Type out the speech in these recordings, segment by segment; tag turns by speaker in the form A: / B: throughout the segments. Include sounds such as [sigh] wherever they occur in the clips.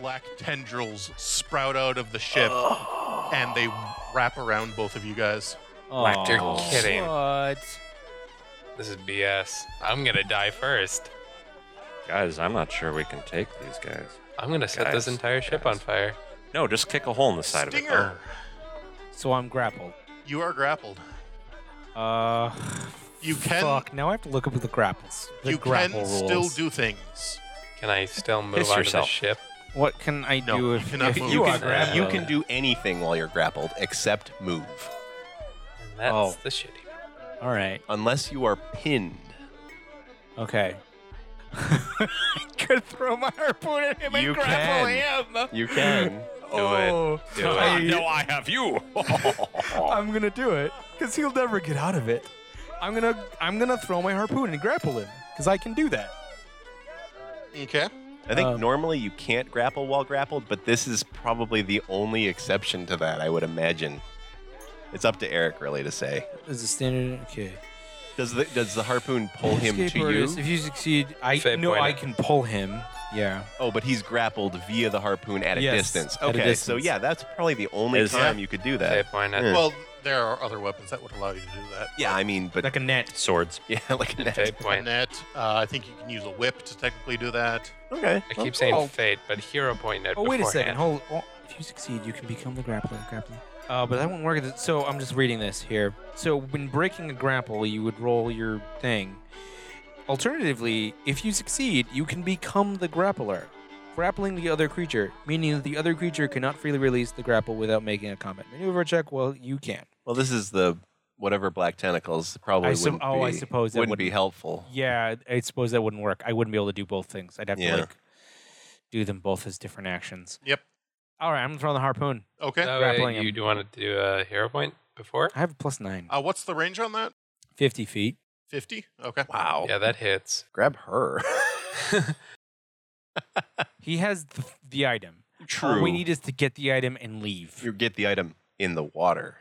A: black tendrils sprout out of the ship and they wrap around both of you guys.
B: Whacked, you're
C: Aw.
B: kidding.
D: What?
B: This is BS. I'm gonna die first.
C: Guys, I'm not sure we can take these guys.
B: I'm gonna set this
C: Guys,
B: entire ship
C: guys.
B: on fire.
C: No, just kick a hole in the side of it. Oh,
A: Stinger,
D: Oh. So I'm grappled.
A: you are grappled.
D: Uh.
A: You can-
D: Fuck. Now I have to look up the grapples. The
A: you can
D: grapple
A: still
D: rules.
A: do things.
B: Can I still move
C: Piss
B: onto
C: yourself.
B: the ship?
D: What can I
A: No,
D: do
A: you
D: if,
A: cannot
D: if
A: move.
D: you
A: You
D: are
A: can-
D: grappled?
E: You can do anything while you're grappled except move,
B: And that's
D: Oh.
B: the shitty.
D: All right.
E: unless you are pinned.
D: Okay. I [laughs] could throw my harpoon at him
E: You
D: and grapple him.
E: You can.
D: oh,
C: Do it.
D: I,
C: I have you. [laughs]
D: I'm gonna do it because he'll never get out of it. I'm gonna I'm gonna throw my harpoon and grapple him because I can do that.
A: Okay.
E: I think
D: Um,
E: normally you can't grapple while grappled, but this is probably the only exception to that, I would imagine. It's up to Eric really to say.
D: Is it standard? Okay.
E: Does the does the harpoon pull him to you?
D: If you succeed, I
B: Fair
D: know
B: point.
D: I can pull him. Yeah.
E: Oh, but he's grappled via the harpoon at a
D: Yes,
E: distance.
D: at a
E: Okay, so
D: distance.
E: yeah, that's probably the only
C: Is-
E: time you could do
B: Say
E: that.
B: point at
E: Yeah.
A: Well, there are other weapons that would allow you to do that.
E: Yeah, I mean, but
D: Like a net.
C: Swords.
E: [laughs] yeah, like an
B: Fate
A: A
B: point.
A: net. Uh, I think you can use a whip to technically do that.
E: Okay.
B: I
E: well,
B: keep saying
D: Oh.
B: fate, but hero point net.
D: Oh wait a second.
B: beforehand.
D: Hold. oh, if you succeed, you can become the grappler. Grappling. Uh, but that won't work. as- So I'm just reading this here. So when breaking a grapple, you would roll your thing. Alternatively, if you succeed, you can become the grappler, grappling the other creature, meaning that the other creature cannot freely release the grapple without making a combat maneuver check. Well, you can.
E: well, this is the whatever black tentacles probably
D: I sup-
E: wouldn't
D: oh, I
E: be-
D: suppose that
E: wouldn't be
D: wouldn't-
E: helpful.
D: Yeah, I suppose that wouldn't work. I wouldn't be able to do both things. I'd have
E: Yeah.
D: to like do them both as different actions.
A: Yep.
D: All right, I'm gonna throw the harpoon.
A: Okay.
B: No,
D: Grappling
B: wait, you
D: him.
B: do want to do a hero point before?
D: I have a plus nine.
A: Uh, what's the range on that?
D: Fifty feet.
A: 50? Okay.
E: Wow.
B: Yeah, that hits.
E: Grab her. [laughs]
D: He has the, the item. All we need is to get the item and leave.
E: you get the item in the water.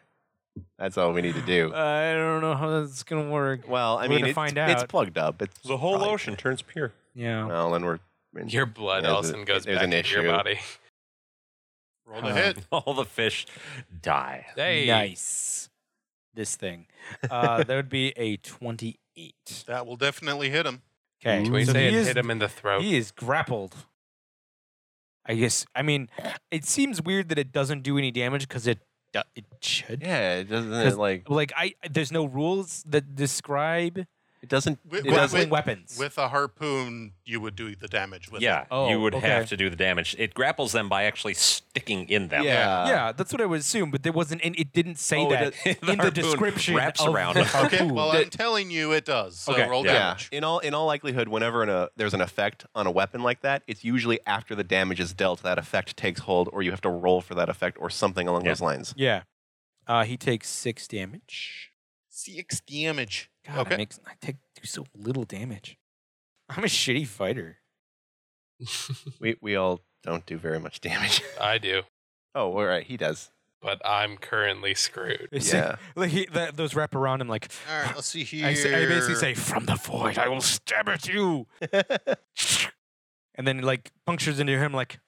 E: That's all we need to do.
D: I don't know how that's gonna work.
E: well, I
D: Uh, we're
E: mean,
D: gonna
E: it's,
D: find
E: it's
D: out.
E: plugged up. It's
C: The whole
E: probably-
C: ocean turns pure.
D: Yeah.
E: Well, then we're
B: Your blood,
E: There's a-
B: Elson, goes
E: there's
B: back
E: an
B: into
E: issue.
B: your
E: [laughs]
B: body.
A: Roll the
D: Uh,
A: hit.
C: [laughs] All the fish die.
B: Hey,
D: Nice. This thing. Uh, that would be a twenty-eight.
A: That will definitely hit him.
D: Okay.
E: Can
B: we
D: so
B: say
D: he
B: it
D: is,
B: hit him in the throat.
D: He is grappled. I guess. I mean, it seems weird that it doesn't do any damage because it do- it should.
E: yeah. It doesn't it,
D: 'Cause
E: like
D: Like I, there's no rules that describe
E: it doesn't.
A: Wi-
E: it
A: wi- with-
D: grappling
E: doesn't
D: weapons.
A: With a harpoon, you would do the damage with
C: Yeah,
A: it.
D: Oh,
C: you would
D: okay.
C: have to do the damage. It grapples them by actually sticking in them.
E: yeah.
D: yeah, that's what I would assume, but there wasn't, and it didn't say
C: Uh, Oh,
D: that
C: [laughs] the- the
D: in the
C: harpoon
D: description.
C: wraps
D: of
C: around.
D: the
A: Okay.
D: harpoon.
A: Well, I'm telling you it does. So
D: Okay.
A: roll
E: Yeah.
A: damage.
E: In all in all likelihood, whenever an, uh, there's an effect on a weapon like that, it's usually after the damage is dealt that effect takes hold, or you have to roll for that effect, or something along
C: Yeah.
E: those lines.
D: yeah, uh, he takes six damage.
A: Six damage.
D: God,
A: okay.
D: I, make, I take do so little damage. I'm a shitty fighter.
E: We we all don't do very much damage. [laughs]
B: I do,
E: oh, all right,
D: [laughs]
E: he does.
B: but I'm currently screwed.
D: It's
E: Yeah.
D: like- like he, that, those wrap around him like.
A: All right. Let's see here.
D: I, say, I basically say, "From the void, I will stab at you,"
C: [laughs]
D: and then like punctures into him like.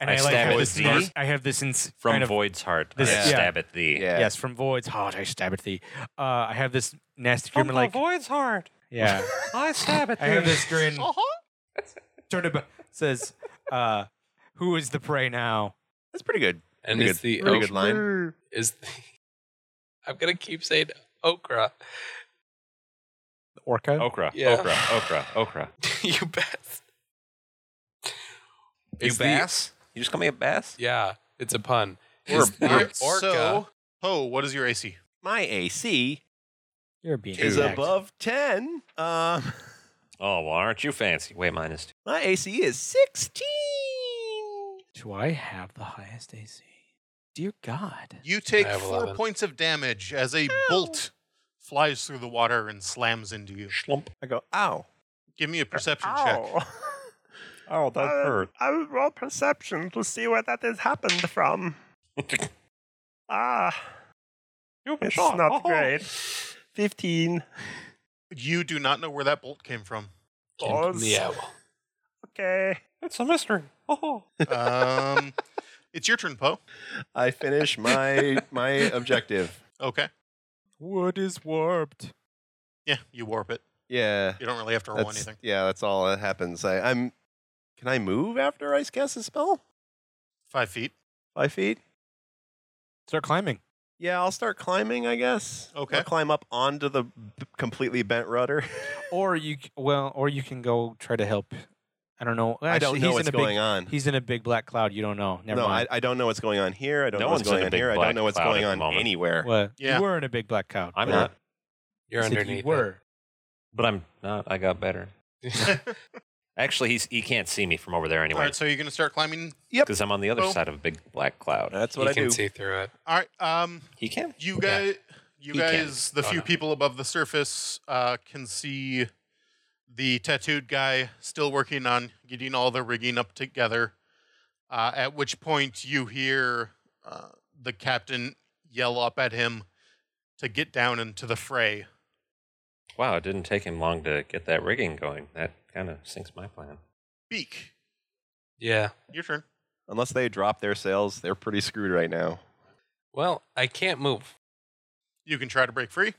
D: And I,
C: I
D: like
C: stab
D: have
C: at
D: this.
C: thee.
D: nar- I have this ins-
C: From
D: kind of
C: Void's heart,
D: This-
C: I
E: yeah.
C: stab at thee.
E: yeah.
D: Yes, from Void's heart I stab at thee. Uh, I have this nasty grin like
C: Void's heart,
D: yeah.
C: I stab
D: [laughs]
C: at
D: I have this grin. Uh-huh. Turned about says, uh, "Who is the prey now?"
E: That's pretty good.
B: And
E: Pretty
B: is
E: good-
B: the
E: pretty
B: oak
E: good line.
D: Mm.
B: is the [laughs] I'm gonna keep saying okra.
D: The orca.
C: Okra,
B: Yeah.
C: okra, okra, okra.
B: [laughs] you bass.
C: You
B: Is the-
C: bass? You just call me a bass?
B: Yeah, it's a pun.
C: We're-
B: Is the
A: All right,
B: orca
A: So, oh, what is your AC?
E: My AC
D: You're being
E: is
D: exact.
E: above ten. Um, [laughs]
C: Oh, well, aren't you fancy? Wait, mine is two.
E: my AC is sixteen.
D: Do I have the highest AC? Dear God.
A: You take
B: I have
A: four
B: 11.
A: points of damage as a bolt flies through the water and slams into you.
C: Schlump.
E: I go ow.
A: Give me a perception check.
C: Oh, [laughs] that hurt.
F: [laughs] I will roll perception to see where that has happened from. Ah,
C: You've
F: it's not great. 15.
A: You do not know where that bolt came from.
B: can-
F: balls.
B: Yeah, well,
F: Okay.
C: It's a mystery. Oh.
D: [laughs]
A: Um, it's your turn, Poe.
E: I finish my
D: [laughs]
E: my objective.
A: Okay.
D: Wood is warped.
A: Yeah, you warp it.
E: Yeah.
A: You don't really have to roll
E: That's,
A: anything.
E: Yeah, that's all that happens. I, I'm. Can I move after I cast a spell?
A: Five
D: [laughs]
A: feet.
E: Five feet.
D: Start climbing.
E: Yeah, I'll start climbing. I guess.
A: Okay.
E: I'll climb up onto the b- completely bent rudder. [laughs]
D: Or you c- well, or you can go try to help. I don't know.
E: I don't
D: Actually,
E: know
D: he's
E: what's
D: in a big,
E: going on.
D: He's in a big black cloud. You don't know. Never
E: no, I,
D: mind.
E: I don't know what's going on here. I don't
C: No
E: know
C: one's
E: what's
C: in a
E: going on
C: big
E: here. I
C: black
E: don't know what's
C: cloud
E: going
C: at the
E: on
C: moment.
E: anywhere.
D: What?
A: Yeah.
D: You were in a big black cloud.
C: I'm
D: but-
C: not.
D: You
B: You're
D: said
B: underneath.
D: You
B: it. [laughs]
D: were.
C: But I'm not. I got better. Actually, he's, he can't see me from over there
A: All
C: anyway
A: right, so you're going to start climbing.
C: because I'm on the other
A: Oh.
C: side of a big black cloud.
A: Uh,
E: That's
B: You
E: what I
B: can
E: do.
B: see through it.
A: All right. Um,
C: he can.
A: you
C: Yeah.
A: guys, you
C: He can.
A: guys, the
C: Oh,
A: few
C: no.
A: people above the surface uh, can see the tattooed guy still working on getting all the rigging up together. Uh, at which point you hear uh, the captain yell up at him to get down into the fray.
C: Wow, it didn't take him long to get that rigging going. That kind of sinks my plan.
A: Beak,
B: Yeah.
A: your turn.
E: Unless they drop their sails, they're pretty screwed right now.
B: Well, I can't move.
A: You can try to break free.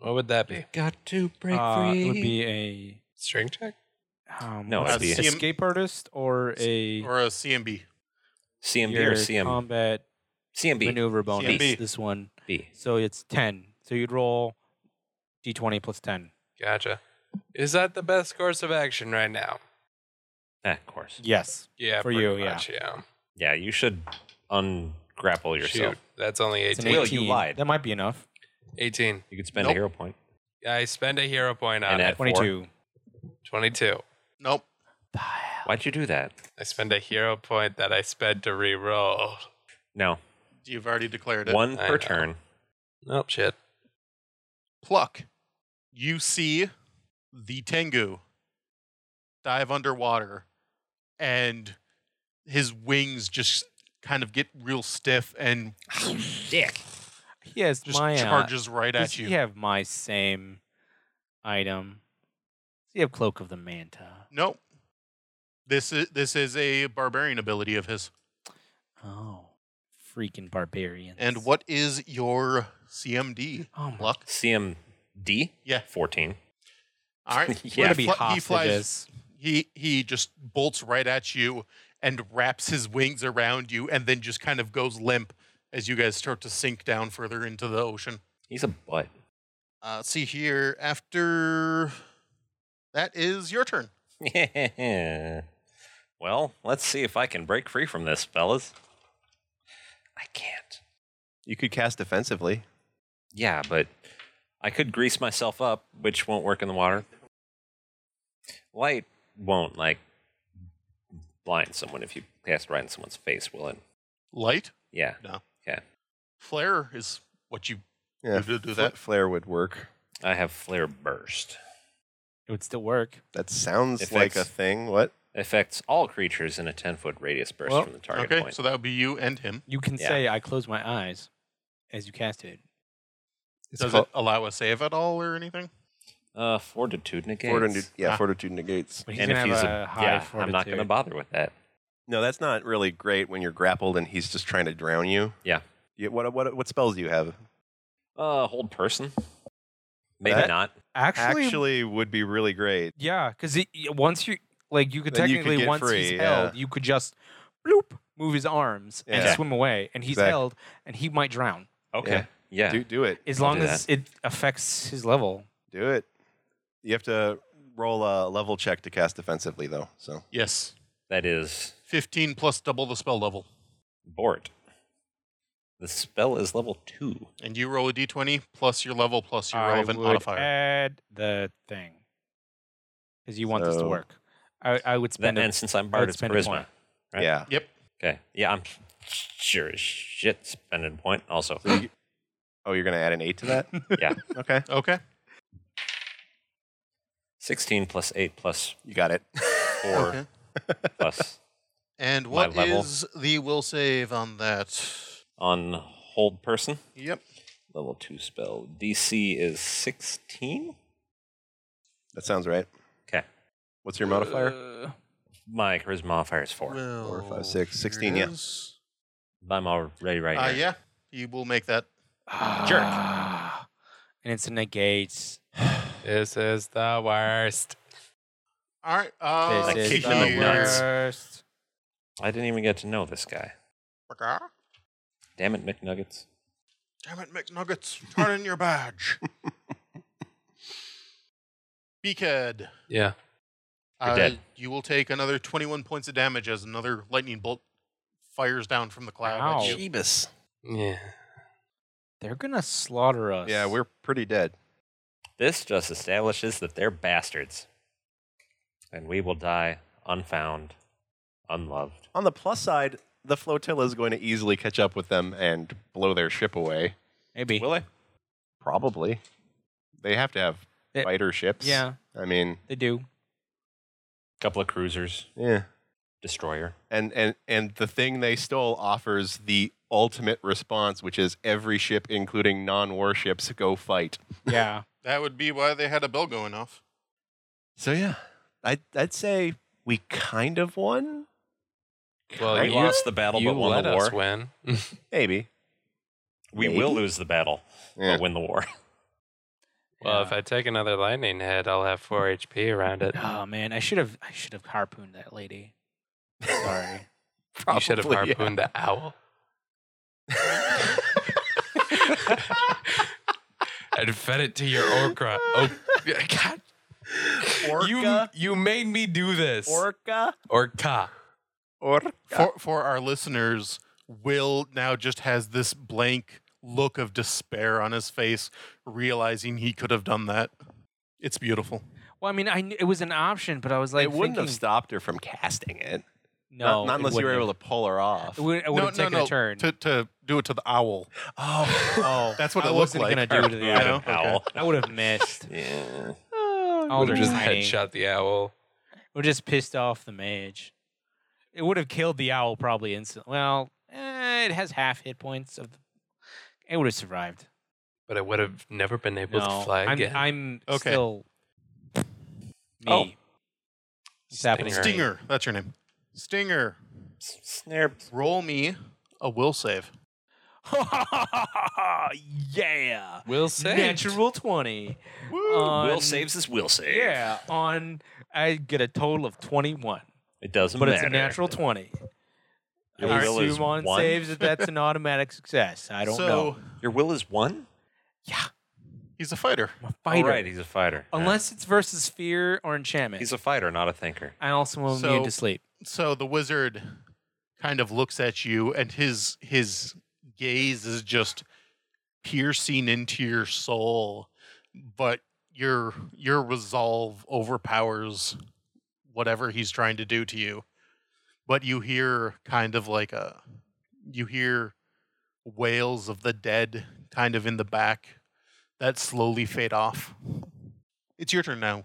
B: What would that be?
C: Got to break
D: Uh, it would be a
B: String check?
D: um,
C: No,
D: what's
C: it'd
D: it,
A: be a-
D: escape artist or a
A: Or a CMB.
C: CMB
D: your
C: or CM?
D: combat
C: CMB.
D: maneuver bonus.
A: CMB.
D: This one,
C: B.
D: so it's ten. So you'd roll d20 plus ten.
B: Gotcha. Is that the best course of action right now?
C: Ah, of course.
D: Yes.
B: Yeah,
D: For
B: pretty
D: you, yeah.
B: much, yeah.
C: Yeah, you should ungrapple yourself.
B: Shoot, that's only
D: It's an
B: 18.
C: Will, you
D: 18.
C: lied.
D: That might be enough.
B: 18.
C: You could spend
A: Nope.
C: a hero point.
B: I spend a hero point on
C: And
B: it.
C: add- Four.
D: 22.
B: 22.
A: Nope.
C: Why'd you do that?
B: I spend a hero point that I spend to reroll.
C: No,
A: You've already declared it.
C: one
B: I
C: per
B: know.
C: turn.
B: Oh, shit.
A: pluck. You see the Tengu dive underwater and his wings just kind of get real stiff and
C: Dick.
D: He has
A: just
D: my uh,
A: charges right
D: does
A: at
D: he
A: you.
D: have my same item? Does he have cloak of the manta?
A: Nope. This is this is a barbarian ability of his.
D: Oh, freaking barbarians!
A: And what is your CMD?
D: Oh my!
A: Pluck.
C: CMD?
A: Yeah.
C: 14.
A: All
C: [laughs]
A: right.
D: We're
C: Yeah.
D: gonna be
A: fl- he
D: hostages.
A: flies- He he just bolts right at you and wraps his wings around you and then just kind of goes limp as you guys start to sink down further into the ocean.
C: He's a butt. [laughs]
A: Uh, see here. After that is your turn.
C: Yeah. Well, let's see if I can break free from this, fellas. I can't.
E: You could cast defensively.
C: Yeah, but I could grease myself up, which won't work in the water. Light won't, like, blind someone if you cast right in someone's face, will it?
A: Light
C: Yeah.
A: flare is what you.
E: Yeah,
A: Do- do
E: fla-
A: that.
E: flare would work.
C: I have Flare Burst.
D: It would still work.
E: That sounds
C: If
E: like a
C: that's-
E: thing. What?
C: Affects all creatures in a 10 foot radius burst
D: Well,
C: from the target
A: okay,
C: point.
A: so that would be you and him.
D: You can
C: Yeah.
D: say, "I close my eyes," as you cast it.
E: It's
A: Does
E: called-
A: it allow a save at all or anything?
C: uh, fortitude negates.
E: Fortitude, yeah,
A: Ah.
E: fortitude negates.
D: But he's
C: And
D: gonna
C: if
D: have
C: he's
D: a, high
C: yeah, I'm not going to
D: fortitude.
C: bother with that.
E: No, that's not really great when you're grappled and he's just trying to drown you.
C: Yeah.
E: You- what, what, what spells do you have?
C: Uh, hold person. Maybe
E: That-
C: not.
D: Actually,
E: Actually, would be really great.
D: yeah, because once you like, you could
E: Then you could
D: technically
E: get
D: once
E: free,
D: he's
E: yeah.
D: held, you could just bloop move his arms
E: Yeah.
D: and swim away, and he's
E: Exactly.
D: held, and he might drown
C: Okay. Yeah.
E: Do, do it.
D: as
C: I'll
D: long
C: do
D: as it affects his level.
E: Do it. You have to roll a level check to cast defensively, though. So
A: Yes,
C: That is
A: fifteen plus double the spell level,
C: Bort. The spell is level two.
A: and you roll a d20 plus your level plus your
D: I
A: relevant
D: would
A: modifier.
D: add the thing because you want this to
E: So-
D: work. I, I would
C: Then,
D: spend
C: and
D: a,
C: since I'm
D: I
C: Bart,
D: would
C: it's
D: spend a
C: charisma.
D: point.
C: Right.
E: yeah,
A: Yep.
C: Okay. Yeah, I'm sure as shit spending point also.
E: So you- oh, you're gonna add an eight to that?
C: [laughs] Yeah.
E: Okay,
A: Okay.
C: 16 plus 8 plus
E: you got it.
C: 4
A: Okay. [laughs]
C: plus
A: And what
C: level.
A: is the will save on that?
C: on hold person.
A: Yep.
C: Level 2 spell. DC is 16?
E: [laughs] That sounds right.
C: Okay.
E: What's your modifier?
D: [sighs] Uh,
C: My charisma modifier is four.
A: Well,
E: Four, five, six, 16, yeah.
A: yes.
C: I'm already right
A: Uh,
C: here.
A: yeah, you will make that.
D: Jerk. And it's a negate.
B: This is the worst.
A: All right. Uh,
C: This
D: this is
C: kick
D: the
C: him in the nuts.
D: worst.
C: I didn't even get to know this guy.
A: Damn
C: Damn it, McNuggets.
A: it, McNuggets. Turn in your badge. Beakhead. Uh,
B: Yeah.
C: You're dead.
A: You will take another 21 points of damage as another lightning bolt fires down from the cloud. at
D: Ow.
A: you.
E: Jeebus.
B: Yeah.
D: They're gonna slaughter us.
E: Yeah, we're pretty dead.
C: This just establishes that they're bastards. And we will die unfound, unloved.
E: On the plus side, the flotilla is going to easily catch up with them and blow their ship away.
D: maybe.
C: Will I?
E: Probably. They have to have
D: It-
E: fighter ships.
D: yeah,
E: I mean,
D: they do.
C: Couple of cruisers,
E: yeah.
C: destroyer.
E: And and and the thing they stole offers the ultimate response, which is every ship, including non-warships, go fight.
D: Yeah.
A: That would be why they had a bell going off.
E: So yeah, I I'd say we kind of won.
B: Well,
C: We
E: Right,
B: you,
C: lost the battle,
B: you
C: but won
B: let
C: the war.
B: us [laughs] win.
E: Maybe.
C: We
E: Maybe.
C: will lose the battle,
E: Yeah.
C: but win the war.
B: Well, if I take another lightning hit, I'll have four [laughs] HP around it.
D: Oh man, I should have. I should have harpooned that lady. Sorry.
E: [laughs]
B: you should have
E: Probably, [laughs] yeah.
B: harpooned the owl. [laughs] and fed it to your orca. Oh, God.
E: Orca?
B: You, you made me do this.
E: Orca.
B: orca.
E: Orca.
A: For, for our listeners, Will now just has this blank look of despair on his face, realizing he could have done that. It's beautiful.
D: well, I mean, I kn- it was an option, but I was like,
E: it wouldn't have
D: thinking-
E: stopped her from casting it.
D: No,
E: not, not unless you were able to pull her off.
D: It would, it would have taken a turn.
A: To, to do it to the owl.
E: Oh, [laughs]
D: oh,
A: That's what
D: I
A: it looked
D: wasn't
A: like.
D: gonna do it to the
A: Yeah.
D: owl.
A: okay.
C: Owl.
D: I would have missed.
E: [laughs]
C: Yeah.
D: I would
B: Would've just
D: tiny.
B: headshot the owl.
D: Would just pissed off the mage. It would have killed the owl probably instantly. Well, eh, it has half hit points of. It would have survived.
B: But I would have never been able
D: No,
B: to fly
D: I'm,
B: again.
D: I'm
A: Okay.
D: still me.
C: Oh.
D: What's happening?
B: Stinger.
A: Stinger. That's your name. Stinger.
C: S- Snare.
A: Roll me a will save.
D: [laughs] yeah.
B: Will say
D: Natural 20. On-
C: will saves is will save.
D: Yeah, on I get a total of 21,
C: It doesn't
D: but
C: matter.
D: it's a natural 20.
C: Your
D: I
C: will is
D: assume on
C: one.
D: saves that that's an
C: [laughs]
D: automatic success. I don't
A: so,
D: know.
C: Your will is one?
A: He's a fighter.
D: I'm a fighter.
C: All right, he's a fighter. Yeah.
D: Unless it's versus fear or enchantment.
C: he's a fighter, not a thinker.
D: I also am
A: So-
D: immune to sleep.
A: So the wizard kind of looks at you, and his his gaze is just piercing into your soul, but your your resolve overpowers whatever he's trying to do to you. But you hear kind of like a you hear wails of the dead kind of in the back that slowly fade off. It's your turn now.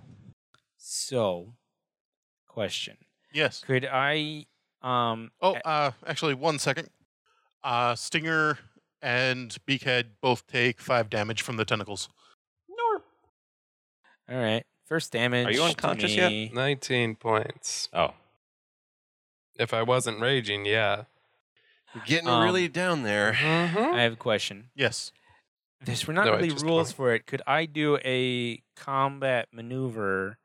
D: So, question.
A: Yes.
D: Could I um
A: Oh,
D: a-
A: uh, actually, one second. Uh, Stinger and Beakhead both take five damage from the tentacles.
D: all right. First damage. to
C: unconscious yet?
D: me.
B: 19 points.
C: Oh.
B: If I wasn't raging, yeah.
E: getting
D: Um,
E: really down there.
B: Mm-hmm.
D: I have a question.
A: Yes. Mm-hmm.
D: There's we're not
B: No, I
D: really
B: just
D: rules
B: wanna-
D: for it. Could I do a combat maneuver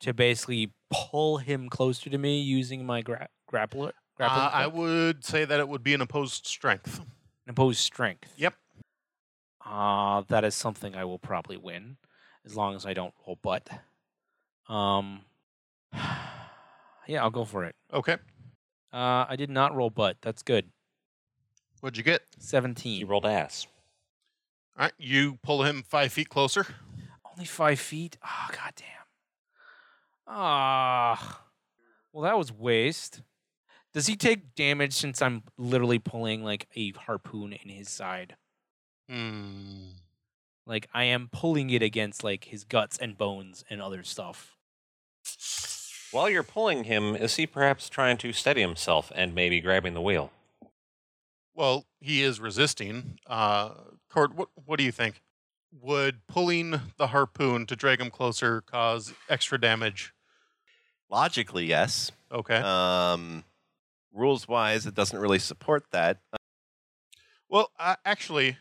D: to basically pull him closer to me using my gra- grappler? Grappling
A: Uh, I
D: hook?
A: would say that it would be an opposed strength.
D: An opposed strength.
A: Yep.
D: Uh, that is something I will probably win, as long as I don't roll butt. Um, [sighs] yeah, I'll go for it.
A: Okay.
D: Uh, I did not roll butt. That's good.
A: What'd you get?
C: You
D: Seventeen.
C: rolled ass.
A: All right. You pull him five feet closer.
D: Only five feet. Ah, goddamn. Ah. Well, that was waste. Does he take damage since I'm literally pulling like a harpoon in his side?
A: Hmm.
D: Like I am pulling it against like his guts and bones and other stuff.
C: While you're pulling him, is he perhaps trying to steady himself and maybe grabbing the wheel?
A: Well, he is resisting. Uh, Cord, what, what do you think? Would pulling the harpoon to drag him closer cause extra damage?
E: Logically, yes.
A: Okay.
E: Um, rules wise, it doesn't really support that.
A: well, uh, actually,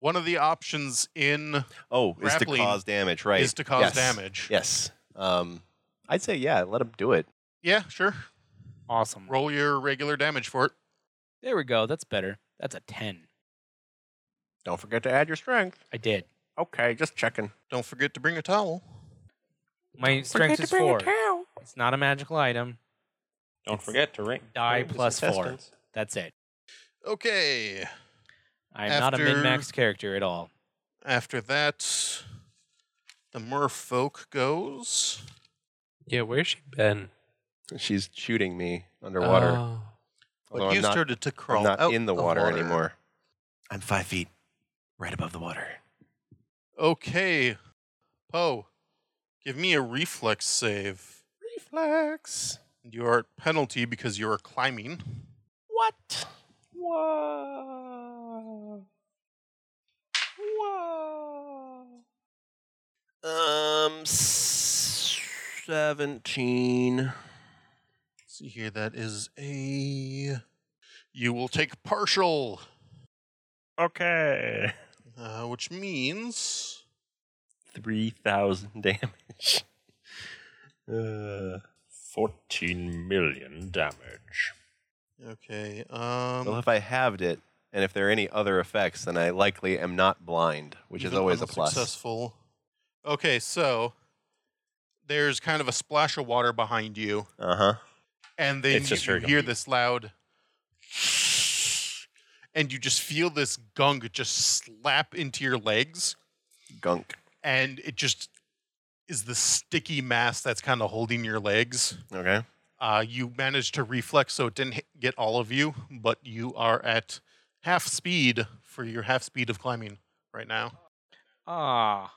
A: one of the options in
E: Oh, is to
A: Grappling
E: cause damage, right?
A: is to cause
E: Yes.
A: damage.
E: Yes. Um, I'd say yeah. Let him do it.
A: Yeah, sure.
D: Awesome.
A: Roll your regular damage for it.
D: There we go. That's better. That's a 10.
E: Don't forget to add your strength.
D: I did.
E: Okay, just checking.
A: Don't forget to bring a towel.
D: My strength is 4. It's not a magical item.
C: Don't forget to ring.
D: Die
C: ring the
D: plus four.
C: contestants.
D: That's it.
A: Okay.
D: I am not a
A: After-
D: min-max character at all.
A: After that, the merfolk goes.
B: Yeah, where's she been?
E: She's shooting me underwater.
B: Oh.
E: although
A: What
E: I'm
A: used
E: not,
A: her to, to
E: I'm
A: crawl
E: not
A: out
E: in the
A: of
E: oh, water, anymore. I'm five feet, right above the water.
A: Okay, Poe, give me a reflex save.
E: Reflex.
A: You're at penalty because you are climbing.
E: What? Whoa. Whoa. Um, s- 17.
A: see here, that is a. You will take partial,
F: Okay.
A: uh, which means
E: 3,000 [laughs] damage. Uh,
C: 14 million damage.
A: Okay.
E: well,
A: Um,
E: if I halved it, and if there are any other effects, then I likely am not blind, which is
A: even
E: always a
A: on
E: plus.
A: Successful. Okay, so there's kind of a splash of water behind you,
E: Uh huh.
A: and then
C: It's
A: you,
C: just her
A: you hear
C: gunk.
A: this loud, [laughs] and you just feel this gunk just slap into your legs,
E: Gunk.
A: and it just is the sticky mass that's kind of holding your legs.
E: Okay.
A: Uh, you managed to reflex, so it didn't hit, get all of you, but you are at half speed for your half speed of climbing right now.
D: Ah.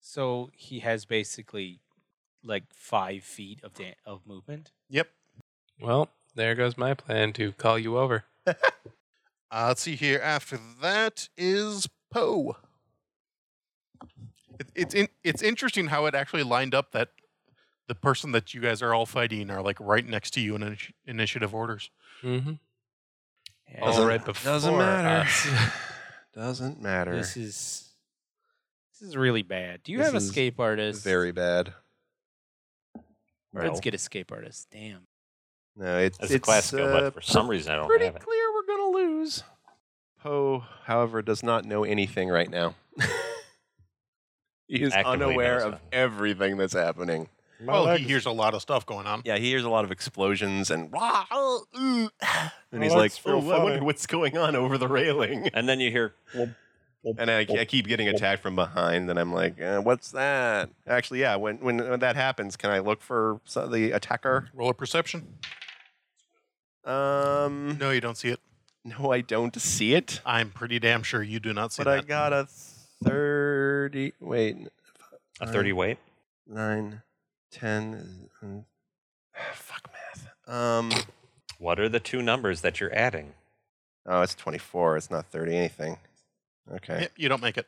D: So he has basically like five feet of da- of movement.
A: Yep.
B: Well, there goes my plan to call you over.
A: Uh, let's see here. After that is Poe. It, it's in, it's interesting how it actually lined up that the person that you guys are all fighting are like right next to you in initi- initiative orders.
B: Mm-hmm.
D: Yeah,
B: All right before us.
E: doesn't matter.
D: This is this is really bad. Do you
E: This
D: have
E: is
D: escape artist?
E: very bad.
D: Let's
C: Well,
D: get escape artist. Damn.
E: No, it's
C: That's
E: it's
C: a class skill,
E: uh,
C: but for some reason I don't
E: pretty
C: have it.
E: clear we're gonna lose. Poe, however, does not know anything right now. [laughs] he is
C: Actively
E: unaware
C: knows
E: of
C: nothing.
E: everything that's happening.
A: Well, Oh, he hears a lot of stuff going on.
E: Yeah, he hears a lot of explosions and "Wah, oh, ooh," [sighs] and he's
F: Well,
E: like,
F: that's real
E: "Oh, I wonder
F: funny."
E: what's going on over the
C: [laughs]
E: railing."
C: And then you hear.
E: And I, I keep getting attacked from behind, and I'm like, uh, "What's that?" Actually, yeah. When, when when that happens, can I look for so- the attacker?
A: Roll a perception.
E: Um,
A: No, you don't see it.
E: no, I don't see it.
A: I'm pretty damn sure you do not see
E: But
A: that.
E: I got a 30. Wait.
C: A
E: nine-
C: 30 weight.
E: 9, 10. mm, [sighs] Fuck math. Um,
C: What are the two numbers that you're adding?
E: oh, it's 24. It's not 30 anything. Okay.
A: Yep, you don't make it.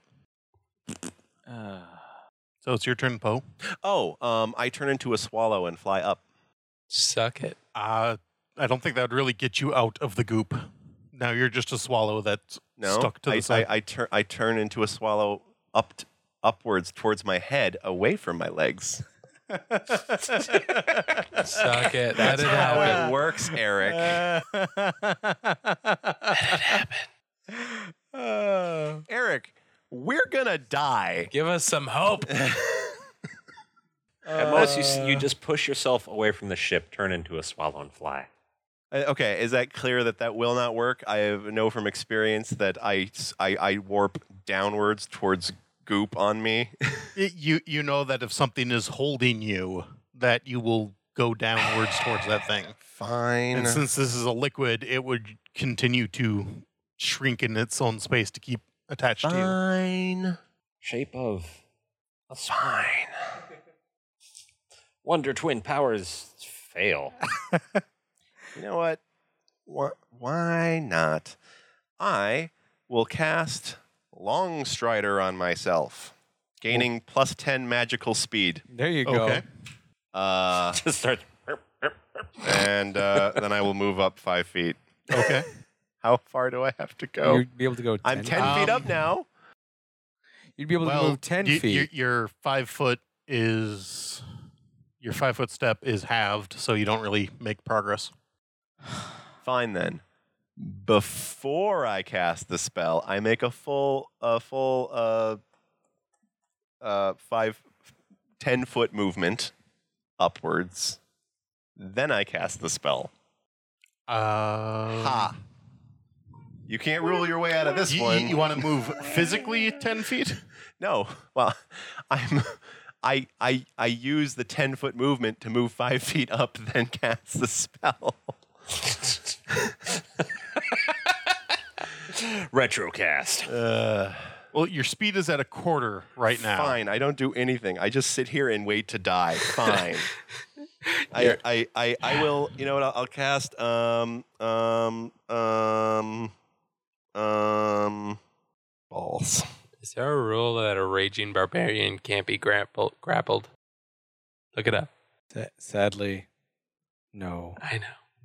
D: Uh,
A: So it's your turn, Poe.
E: Oh, um, I turn into a swallow and fly up.
B: Suck [laughs] it.
A: Uh, I don't think that would really get you out of the goop. Now you're just a swallow that's
E: No.
A: stuck to
E: I,
A: the side.
E: I, I, tur- I turn into a swallow up t- upwards towards my head, away from my legs.
B: Suck it. Let
E: That's
B: it
E: how
B: happen.
E: it works, Eric.
A: [laughs]
E: Eric, we're gonna die.
B: Give us some [laughs] hope.
D: Uh,
C: At most, you, s- you just push yourself away from the ship, turn into a swallow, and fly.
E: Uh, Okay, is that clear that that will not work? I have- know from experience that I, s- I- I warp downwards towards goop on me. [laughs]
A: it, you you know that if something is holding you, that you will go downwards towards that thing.
E: Fine.
A: And since this is a liquid, it would continue to shrink in its own space to keep attached to
E: Fine.
C: Shape of a swine. Wonder Twin powers
D: [laughs]
C: fail.
E: You know what? Why, why not? I will cast Long Strider on myself, gaining plus 10 magical speed.
D: there you
A: you.
D: go.
A: Okay.
E: Uh,
C: Just starts.
E: and uh, then I will move up five feet.
A: Okay.
E: How far do I have to go?
D: You'd be able to go. 10.
E: oh. I'm 10 feet up now.
D: You'd [laughs] be able to move ten
A: you- you-
D: feet.
A: your five foot is your five foot step is halved, so you don't really make progress.
E: Fine then. Before I cast the spell, I make a full, a full, uh, uh, five, ten foot movement upwards. Then I cast the spell.
A: Uh,
E: Ha! You can't rule your way out of this
A: You,
E: one.
A: want to move physically ten feet?
D: [laughs]
E: No. [laughs] Well, I'm. I I I use the ten foot movement to move five [laughs] feet up, then cast
A: [laughs]
E: the spell.
C: Retrocast.
E: Uh,
A: Well, your speed is at a quarter right now.
E: Fine. I don't do anything. I just sit here and wait to
A: [laughs]
E: die. Fine. I, I I I will. You know what? I'll, I'll cast. Um um um um balls.
B: Is there a rule that a raging barbarian can't be grappled? grappled? Look it up.
D: Sa- Sadly, no.
B: I know. I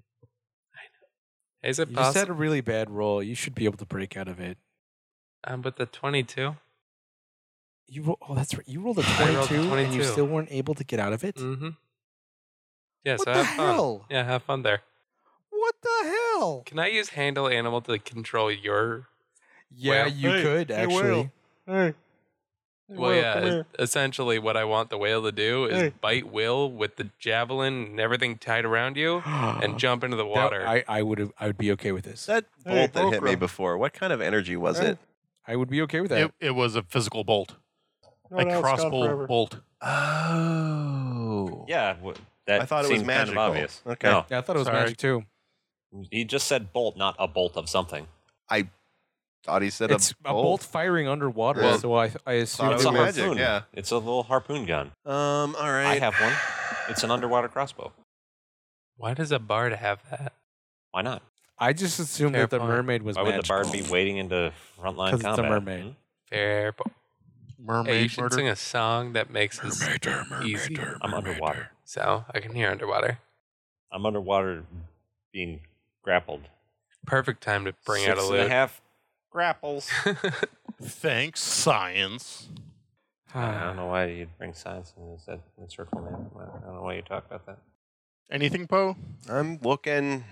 B: know. Is it
D: You just had a
B: possible?
D: really bad roll. You should be able to break out of it.
B: I'm with the 22.
D: You roll, oh, that's right. You rolled a
B: I rolled a
D: 22, and you
B: 22.
D: still weren't able to get out of it.
B: Mm-hmm. Yeah,
D: What
B: so
D: the
B: have
D: hell?
B: fun. Yeah, have fun there.
D: What the hell?
B: Can I use handle animal to control your?
D: Yeah,
B: Well,
D: you
F: hey,
D: could
F: hey,
D: actually.
F: Will. Hey.
B: Well, yeah. Essentially, what I want the whale to do is
F: Hey.
B: bite Will with the javelin and everything tied around you, [gasps] and jump into the
D: That-
B: water.
D: I, I would have. I would be okay with this.
E: That
F: Hey,
E: bolt that hit me
F: Okra.
E: before. What kind of energy was
F: Hey.
E: it?
D: I would be okay with that.
A: It, it was a physical bolt,
F: Oh, No, no, it's
A: a
F: gone
A: crossbow
F: forever.
A: bolt.
E: Oh.
C: Yeah, w- that
E: I thought it was
C: seemed
E: magical.
C: Kind of obvious.
E: Okay.
C: No,
D: Yeah, I thought it was
A: Sorry.
D: magic too.
C: he just said bolt, not a bolt of something.
E: Thought he said
D: It's a bolt firing underwater,
E: Well,
D: so I I assume
E: it
C: It's
E: was
C: a
E: magic.
C: harpoon.
E: yeah.
C: It's a little harpoon gun.
E: Um. All right.
C: I have one. It's an underwater crossbow.
B: Why does a bard have that?
C: Why not?
D: I just assumed
B: Fair
D: that the
B: point.
D: mermaid was.
C: Why would the
D: magical.
C: bard be wading into frontline
D: 'Cause it's a
C: combat?
D: mermaid.
C: Hmm?
B: Fair. po-
A: Mermaid
B: Hey, you should
A: murder.
B: sing a song that makes this easy.
C: I'm underwater.
B: So I can hear underwater.
C: I'm underwater being grappled.
B: Perfect time to bring
C: Six
B: out a
C: and
B: loot.
C: half grapples.
A: Thanks, science.
C: [laughs] I don't know why you'd bring science into that in circle, man. I don't know why you talk about that.
A: Anything, Poe?
E: I'm looking.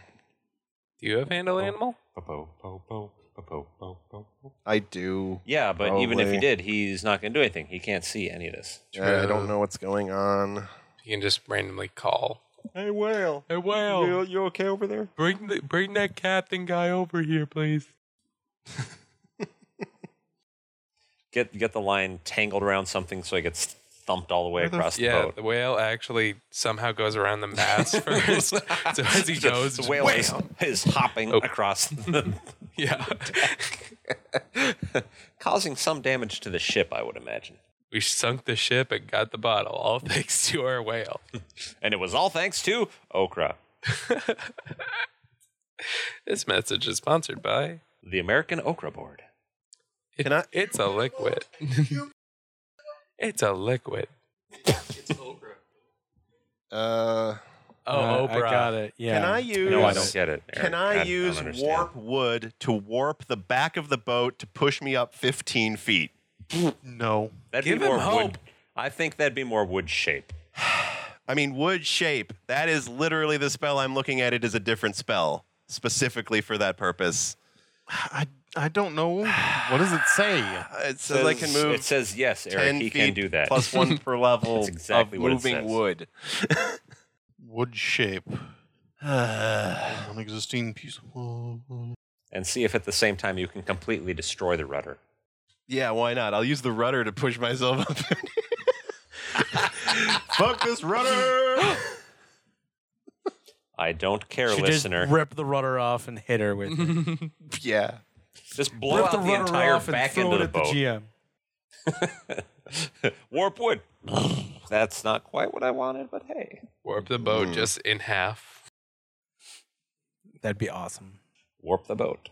B: Do you have
C: Oh,
B: handle animal?
C: Po-po, po-po, po-po, po-po, po.
E: I do.
C: Yeah, but even if he
E: Probably.
C: did, he's not going to do anything. He can't see any of this.
E: Yeah, I
B: True.
E: don't know what's going on.
B: You can just randomly call.
F: Hey, whale.
B: Hey, wow.
F: You, you okay over there?
B: Bring the, bring that captain guy over here, please.
C: Get get the line tangled around something so he gets thumped all the way across the,
B: yeah,
C: boat.
B: the whale actually somehow goes around the [laughs] mast first. so as
C: [laughs]
B: he
C: Just
B: goes,
C: the whale is, [laughs] is hopping
B: Oh.
C: across,
B: [laughs]
C: the, [laughs]
B: yeah,
C: causing some damage to the ship, I would imagine.
B: we sunk the ship and got the bottle, all [laughs] thanks to our whale.
C: And it was all thanks to Okra,
B: This message is sponsored by.
C: the American Okra Board.
B: It,
E: Can I-
B: It's a
E: [laughs]
B: liquid. it's a liquid.
E: Uh,
B: Oh,
D: Uh, I
B: Oprah.
D: got it. Yeah.
E: Can I use?
C: No, I don't get it. Eric.
E: Can I,
C: don't
E: use
C: understand.
E: warp wood to warp the back of the boat to push me up 15 feet?
A: No.
C: That'd
B: Give
C: be
B: him
C: more
B: hope.
C: Wood. I think that'd be more wood shape.
E: I mean, wood shape. That is literally the spell I'm looking at. It is a different spell specifically for that purpose.
A: I, I don't know. What does it say?
E: Uh, It says, I can
C: Says-
E: move
C: It says yes,
E: 10
C: Eric. He
E: feet
C: can do that.
E: plus one per level
C: That's exactly
E: of
C: what it
E: moving
C: says.
E: wood.
A: Wood
D: [sighs]
A: shape.
E: Uh,
A: An existing piece of wood.
C: [laughs] and see if at the same time you can completely destroy the rudder.
E: yeah, why not? I'll use the rudder to push myself up. [laughs] Fuck this
C: [laughs]
E: rudder!
C: I don't care,
D: Should
C: listener.
D: just rip the rudder off and hit her with it. [laughs]
E: yeah.
C: just blow
D: rip
C: out the,
D: rudder
C: entire
D: off and
C: back
D: throw
C: end of
D: it at the
C: the boat.
D: GM.
C: [laughs] Warp wood. That's not quite what I wanted, but hey.
B: Warp the boat
E: Mm.
B: just in half.
D: That'd be awesome.
C: Warp the boat.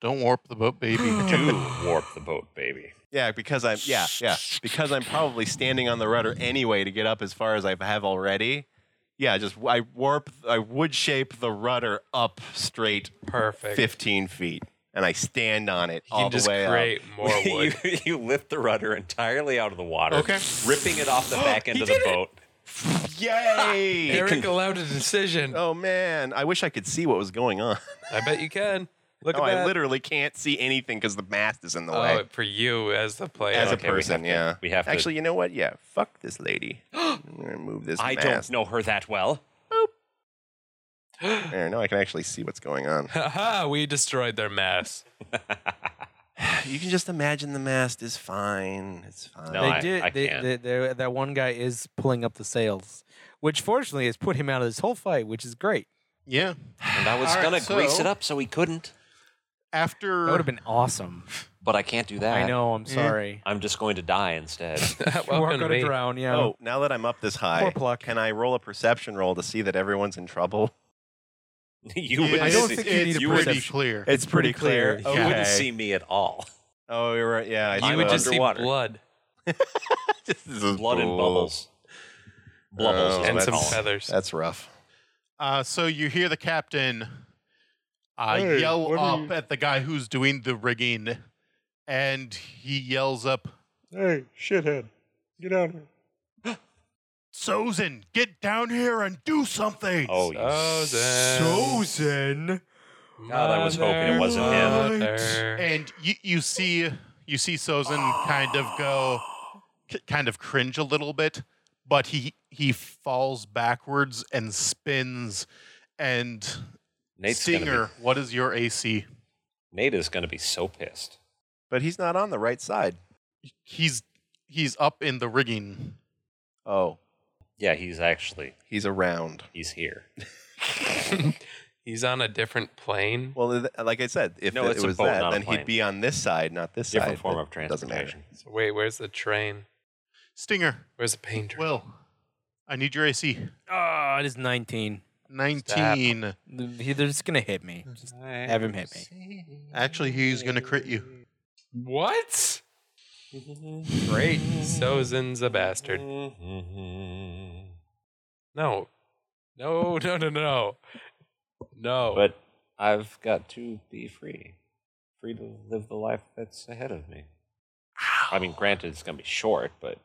A: Don't warp the boat, baby.
D: [gasps]
C: Do warp the boat, baby.
E: Yeah, because I'm yeah, yeah. Because I'm probably standing on the rudder anyway to get up as far as I have already. Yeah, just I warp I would shape the rudder up straight
B: Perfect.
E: 15 feet and I stand on it
B: you
E: all
B: can
E: the
B: just
E: way
B: create
E: up.
B: more
C: [laughs] you,
B: wood.
C: you lift the rudder entirely out of the water,
A: Okay.
C: ripping it off the back end of the boat.
E: [laughs] Yay!
B: Eric allowed a decision.
E: oh man, I wish I could see what was going on. [laughs]
B: I bet you can. Look
E: No,
B: at that.
E: I literally can't see anything because the mast is in the
B: oh,
E: way.
B: for you as the player.
E: As a
C: okay, we
E: person,
C: have to-
E: yeah.
C: we have to-
E: Actually, you know what? Yeah, fuck this
C: [gasps]
E: lady. I'm gonna move this.
C: I
E: mast.
C: don't know her that well.
E: There, now I can actually see what's going
B: [laughs]
E: on.
B: Haha, we destroyed their mass. [laughs]
E: You can just imagine the mast is fine. It's fine.
C: No,
D: they
C: I-
D: did.
C: I
D: they,
C: can't.
D: they- they- that one guy is pulling up the sails, which fortunately has put him out of this whole fight, which is great.
A: Yeah.
C: And I was
A: All right,
C: gonna grease
A: so-
C: it up so he couldn't,
A: After
D: That would have been awesome.
C: but I can't do that.
D: I know. I'm sorry.
C: I'm just going to die instead.
D: You are
B: Welcome to
D: Mm. gonna
B: me.
D: drown. Yeah.
E: Oh, now that I'm up this high,
D: Poor pluck.
E: can I roll a perception roll to see that everyone's in trouble?
C: [laughs] you
A: It's-
C: wouldn't.
D: I don't
C: see,
A: it's-
D: think you need
A: it's
D: a
A: pretty
D: perception.
A: clear.
E: It's Oh,
D: pretty clear.
C: you
E: Okay.
C: wouldn't see me at all. [laughs]
E: Oh, you're right. Yeah, I
B: You
E: see
B: would
E: that.
B: just see
C: underwater.
B: blood
E: this is
C: Blood and
E: bull.
C: bubbles. Blubbles
E: Oh,
C: is
B: and
C: what
E: that's-
B: some
C: it's called.
B: feathers.
E: That's rough.
A: Uh, so you hear the captain uh,
F: Hey,
A: yell
F: what are
A: up
F: you-
A: at the guy who's doing the rigging, and he yells up,
F: Hey, shithead. Get out of here.
A: [gasps] "Sozin, get down here and do something!"
C: Oh, you
B: Sozen.
C: God, I was
D: Uh,
C: hoping it wasn't him.
B: him.
A: And you, you see you see Sozin kind of go, k- kind of cringe a little bit, but he he falls backwards and spins. And
C: Nate's
A: Stinger,
C: Gonna
A: what is your AC?
C: be, Nate is going to be so pissed.
E: But he's not on the right side.
A: He's he's up in the rigging.
E: Oh,
C: Yeah, he's actually
E: he's around.
C: he's here.
B: He's on a different plane.
E: Well, th- like I said, if
C: No,
E: it
C: it's a
E: was
C: boat,
E: that,
C: not a
E: then he'd
C: plane.
E: be on this side, not this
C: Different
E: side.
C: form
E: but
C: of
E: it Doesn't matter.
C: transportation.
B: So wait, where's the train?
A: Stinger,
B: Where's the painter?
A: Will, I need your AC.
D: Ah, it is 19.
A: 19.
D: He- They're just gonna hit me. Just have him hit me.
A: Actually, he's going to crit you.
B: What?
C: [laughs]
B: Great. Sozin's a bastard.
C: Mm-hmm.
B: No. No, no, no, no. No.
C: But I've got to be free, free to live the life that's ahead of me. I mean, granted, it's going to be short, but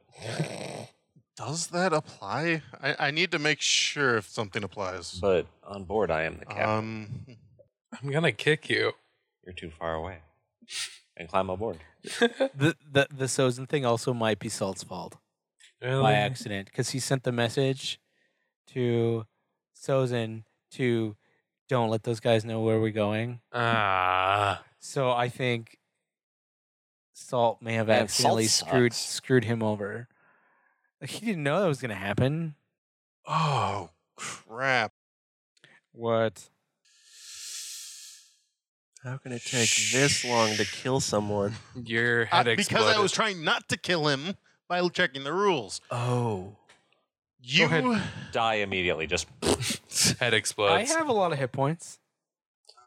A: Does that apply? I, I need to make sure if something applies.
C: but on board, I am the captain.
A: Um,
B: I'm gonna kick you.
C: You're too far away, and climb aboard.
D: The the the Sozin thing also might be Salt's fault by
B: Really?
D: accident because he sent the message to Sozin to don't let those guys know where we're going.
B: Ah.
D: So I think Salt may have
C: Man, Salt
D: accidentally screwed
C: sucks.
D: screwed him over. Like he didn't know that was gonna happen.
A: oh, crap.
D: What?
E: How can it take this long to
A: [laughs]
E: kill someone?
B: Your
A: Uh,
B: head
A: because
B: exploded.
A: I was trying not to kill him by checking the rules.
E: Oh.
A: You.
C: Die immediately. Just
B: [laughs] head
D: I
B: explodes.
D: have a lot of hit points.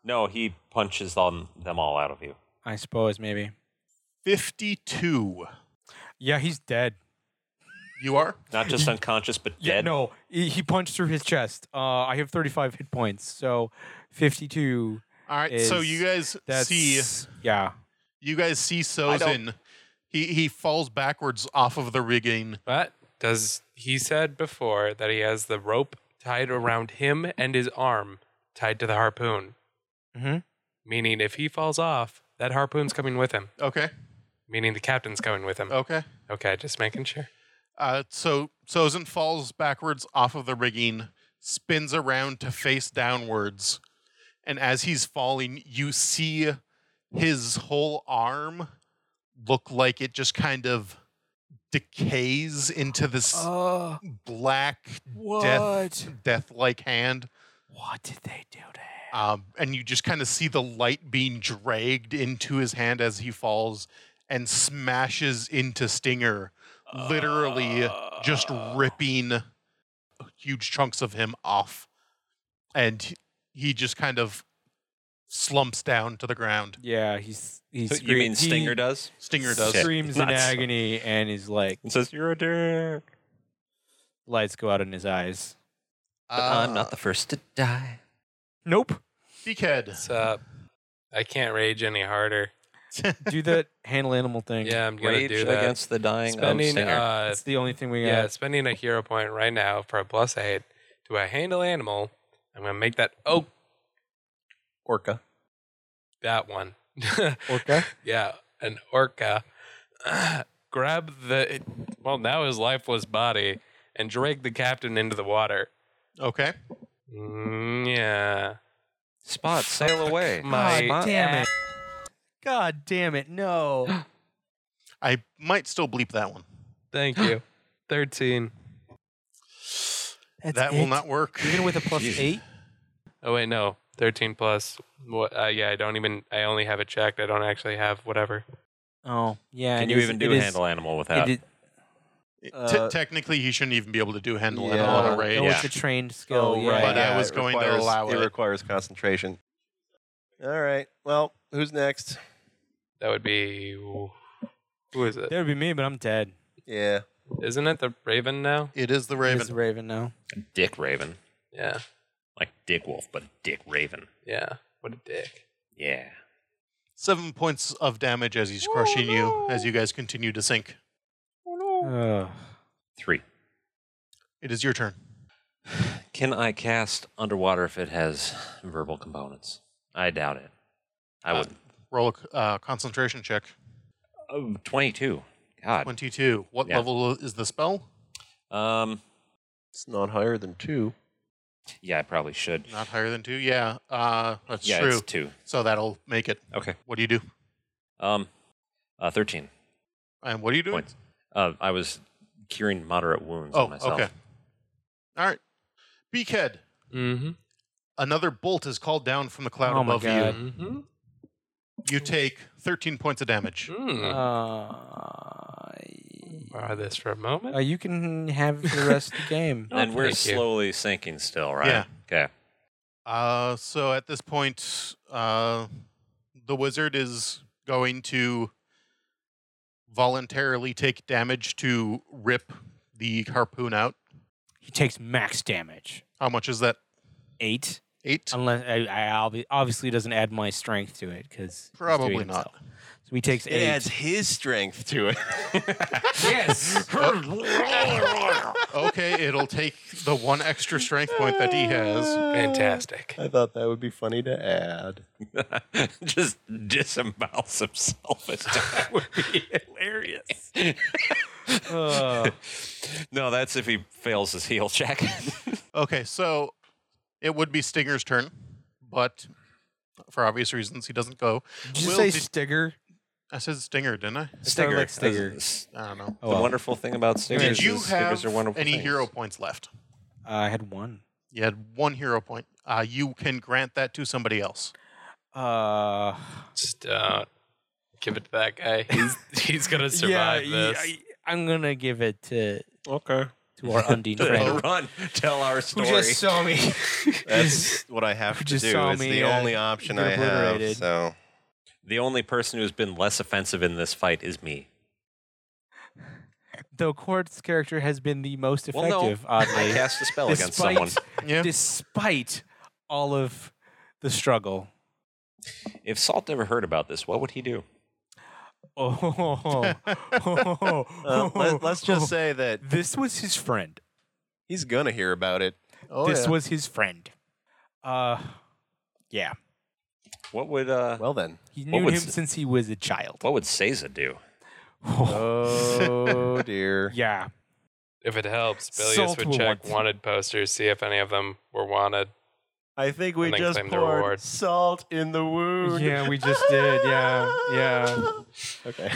C: no. He punches on them all out of you.
D: I suppose maybe.
A: 52.
D: Yeah, he's dead.
A: You are?
C: Not just unconscious, but
D: Yeah,
C: dead.
D: no, he, he punched through his chest. Uh, I have 35 hit points, so 52.
A: All right. so
D: Is-
A: you guys
D: That's
A: see
D: yeah.
A: you guys see
C: I don't-
A: Sozin. He he falls backwards off of the rigging.
B: But does he said before that he has the rope tied around him and his arm tied to the harpoon?
D: Mhm.
B: Meaning, if he falls off, that harpoon's coming with him.
A: Okay.
B: Meaning, the captain's coming with him.
A: Okay.
B: Okay, just making sure.
A: Uh, so Sozin falls backwards off of the rigging, spins around to face downwards, and as he's falling, you see his whole arm look like it just kind of decays into this
D: Uh,
A: black death death-like hand.
D: What did they do to him?
A: Um, and you just kind of see the light being dragged into his hand as he falls and smashes into Stinger, literally just ripping huge chunks of him off. And he- he just kind of slumps down to the ground.
D: Yeah, he's he's.
C: So you mean Stinger does?
A: Stinger does.
C: Shit.
D: Screams in
C: Nuts.
D: agony and is like
C: It says you're a dick.
D: lights go out in his eyes.
A: Uh,
C: I'm not the first to die.
D: Nope.
A: Beakhead.
B: What's
C: Uh-huh.
B: up? I can't rage any harder.
D: Do
C: [laughs]
D: that handle animal thing.
B: Yeah, I'm gonna
C: Rage
B: do that.
C: against the dying of
B: spending
C: Stinger.
B: uh,
D: that's the only thing we got.
B: yeah, spending a hero point right now for a plus eight to a handle animal. I'm gonna make that oh
C: Orca.
B: that one. [laughs]
D: Orca.
B: yeah, an orca. [clears throat] Grab the well now his lifeless body and drag the captain into the water.
A: [laughs] Okay.
B: Mm, yeah.
C: Spot, sail away.
B: My
D: God damn it! God damn it! No.
A: I might still bleep that one.
C: [gasps]
B: Thank you. Thirteen.
D: That's
A: that
D: it?
A: will not work.
D: Even with a plus
C: Jesus.
D: eight.
B: Oh wait, no. Thirteen plus. What? Uh, yeah, I don't even. I only have it checked. I don't actually have whatever.
D: Oh yeah.
C: Can
D: it
C: you
D: is-
C: even do
D: it is-
C: handle animal
D: It
C: without?
D: is,
A: Te-
E: Uh,
A: technically, he shouldn't even be able to do handle
E: Yeah.
A: it on a
D: it
A: raid.
D: Oh, was
C: yeah. Oh, uh,
D: a trained skill. yeah,
A: right, But I
D: yeah.
A: was
E: it
A: going to
E: requires-
A: allow it.
E: It requires concentration. All right. Well, who's next?
B: That would be. Who is it?
D: That would be me, but I'm dead.
E: Yeah.
B: Isn't it the Raven now?
A: It is the
D: Raven. It's
A: Raven.
D: Raven now.
C: Dick Raven.
B: Yeah.
C: Like Dick Wolf, but Dick Raven.
B: Yeah. What a dick.
C: Yeah.
A: Seven points of damage as he's crushing you as you guys continue to sink. Hmm.
D: Ugh.
C: Three.
A: It is your turn.
C: Can I cast underwater if it has verbal components? I doubt it. I
A: Uh,
C: would.
A: Roll a c- uh, concentration check.
C: Oh, 22. God.
A: 22. What
C: Yeah.
A: level is the spell?
C: Um,
E: It's not higher than two.
C: yeah, I probably should.
A: Not higher than two. Yeah, uh, that's
C: yeah,
A: true.
C: it's two.
A: so that'll make it.
C: Okay.
A: What do you do?
C: Um, uh, 13
A: And what are you doing?
C: points. Uh, I was curing moderate wounds
A: Oh,
C: on myself.
A: okay. All right. Beakhead,
B: Mm-hmm.
A: another bolt is called down from the cloud
D: Oh my
A: above
D: God.
B: Mm-hmm.
A: you. You take 13 points of damage.
B: Mm.
D: Uh,
B: Borrow this for a moment.
D: uh, you can have the rest of the game.
B: Oh,
C: and we're
B: thank you.
C: slowly sinking still, right?
A: Yeah.
C: Okay. [laughs]
A: Uh, so at this point, uh, the wizard is going to voluntarily take damage to rip the harpoon out.
D: [laughs] He takes max damage.
A: How much is that?
D: Eight.
A: Eight?
D: Unless I, I obvi- obviously doesn't add my strength to it because
A: Probably not.
D: So he takes
E: It
D: eight. [laughs]
E: adds his strength to it.
D: yes.
A: okay, it'll take the one extra strength point that he
D: [laughs]
E: Uh.
A: has.
B: Fantastic.
E: I thought that would be funny to add.
C: Just disembowels himself at time would be hilarious.
D: Uh,
C: no, that's if he fails his heel check. [laughs]
A: Okay, so it would be Stinger's turn, but for obvious reasons, he doesn't go.
D: did you
A: Will
D: say
A: did-
D: Stigger?
A: I said Stinger, didn't I?
D: It sounded like Stinger.
C: That's-
A: I don't know.
D: Oh,
C: The
D: well.
C: wonderful thing about stickers
A: Did you
C: is stickers
A: have
C: are wonderful
A: any
C: things.
A: hero points left?
D: Uh, I had one.
A: You had one hero point. Uh, you can grant that to somebody else.
D: Uh,
B: Just uh, give it to that
D: [laughs]
B: guy. He's he's gonna survive
D: yeah,
B: this.
D: I, I'm gonna give it to
E: Okay.
D: to our
C: [laughs]
D: undine friend
C: Run, tell our story.
D: saw me.
C: [laughs]
E: That's what I have to do.
D: [laughs] just saw
E: It's
D: me,
E: the
D: uh,
E: only option
D: get
E: I have.
D: obliterated.
E: So
C: the only person who's been less offensive in this fight is me.
D: Though Quart's character has been the most
C: Well, no.
D: effective,
C: I
D: oddly,
C: cast a spell against
D: Despite-
C: someone.
A: Yeah.
D: despite all of the struggle.
C: [laughs]
D: [laughs]
C: If Salt ever heard about this, what would he do?
D: Oh,
A: [laughs]
E: uh,
D: [laughs]
E: let, let's just say that
D: this was his friend.
E: he's gonna hear about it.
A: Oh,
D: this was his friend. Uh, yeah,
C: What would uh,
E: Well then.
D: he
C: What
D: knew him
C: was-
D: since he was a child.
C: what would Seiza do?
E: [laughs] Oh [laughs] dear.
D: [laughs] yeah,
B: if it helps, Bilius
D: Salt
B: would
D: will
B: check
D: want-
B: wanted posters, see if any of them were wanted.
E: I think we
B: And then
E: just
B: claim the
E: poured
B: reward.
E: salt in the wound.
D: yeah, we
E: [laughs]
D: just did. Yeah, yeah.
E: Okay.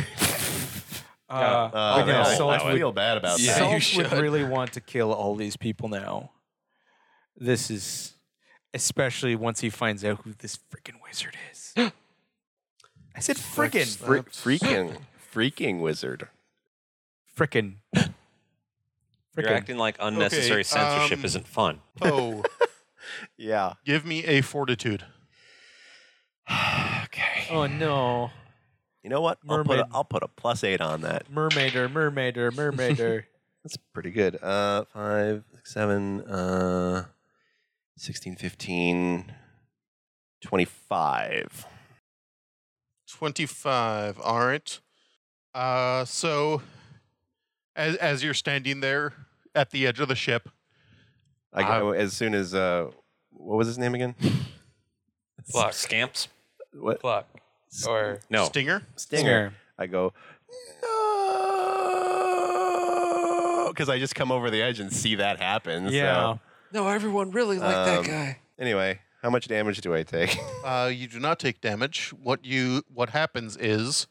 D: Uh,
E: Uh,
D: but no,
E: man, I-
D: Salt
E: I
D: would-
E: feel bad about
B: Yeah,
E: that.
B: you
D: Salt would
B: should.
D: really want to kill all these people now. This is especially once he finds out who this freaking wizard is. I said freaking,
E: Fre- freaking, freaking wizard.
D: freaking,
C: You're
D: freaking.
C: acting like unnecessary
A: Okay,
C: censorship
A: um,
C: isn't fun.
A: Oh,
E: Yeah.
A: give me a fortitude.
E: okay.
D: Oh no,
E: You know what? I'll put,
D: Mermaid.
E: a, I'll put a plus eight on that.
D: mermaider, mermaider, mermaider.
E: That's pretty good. Uh, five, six, seven, uh, 16, 15, 25.
A: 25. All right. Uh, so, as, as you're standing there at the edge of the ship,
E: I,
A: Uh,
E: as soon as, uh, what was his name again?
B: Pluck.
C: Scamps?
E: What?
B: Pluck. Or
C: No.
A: Stinger,
E: Stinger. I go, no. Because I just come over the edge and see that happen.
D: Yeah.
E: So.
C: No, everyone really liked
E: Um,
C: that guy.
E: Anyway, how much damage do I take? [laughs]
A: uh, you do not take damage. What you what happens is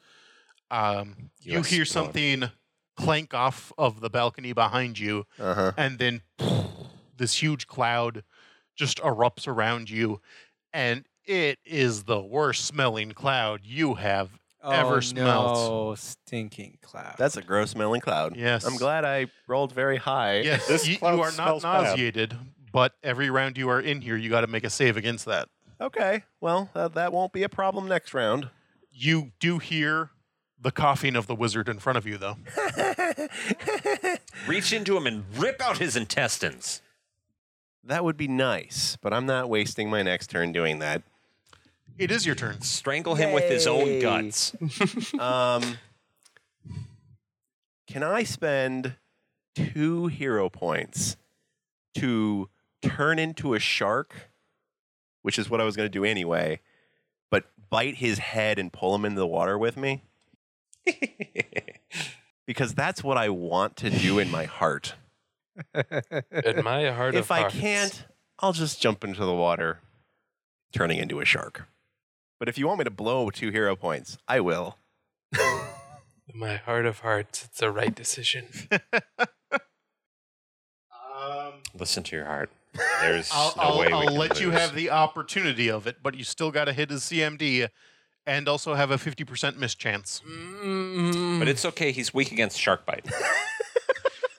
A: um,
C: You
A: you hear
C: explode.
A: something clank off of the balcony behind you,
E: uh huh.
A: and then [sniffs] this huge cloud just erupts around you and it is the worst smelling cloud you have Ever
D: oh,
A: smelt.
D: No, stinking cloud.
E: That's a gross smelling cloud.
A: Yes.
E: I'm glad I rolled very high.
A: yes
G: This
A: you, you
G: cloud
A: are not
G: smells bad.
A: nauseated but every round you are in here you got to make a save against that
E: Okay. Well, uh, that won't be a problem next round.
A: you do hear the coughing of the wizard in front of you though
C: Reach into him and rip out his intestines.
E: That would be nice, but I'm not wasting my next turn
A: [laughs]
E: doing that.
A: it is your turn
C: Strangle him with his own guts. [laughs]
E: Um, can I spend two hero points to turn into a shark, which is what I was going to do anyway, but bite his head and pull him into the water with me? Because that's what I want to do in my heart.
B: in
D: [laughs]
B: my heart of
E: if I
B: hearts.
E: can't, I'll just jump into the water, turning into a shark. But if you want me to blow two hero points, I will.
B: In my heart of hearts, it's the right decision.
C: Listen to your heart. There's
A: i'll,
C: no
A: I'll,
C: way we
A: I'll
C: can
A: let you
C: lose.
A: have the opportunity of it but you still got to hit his cmd and also have a 50% miss chance
C: But it's okay. He's weak against shark bite.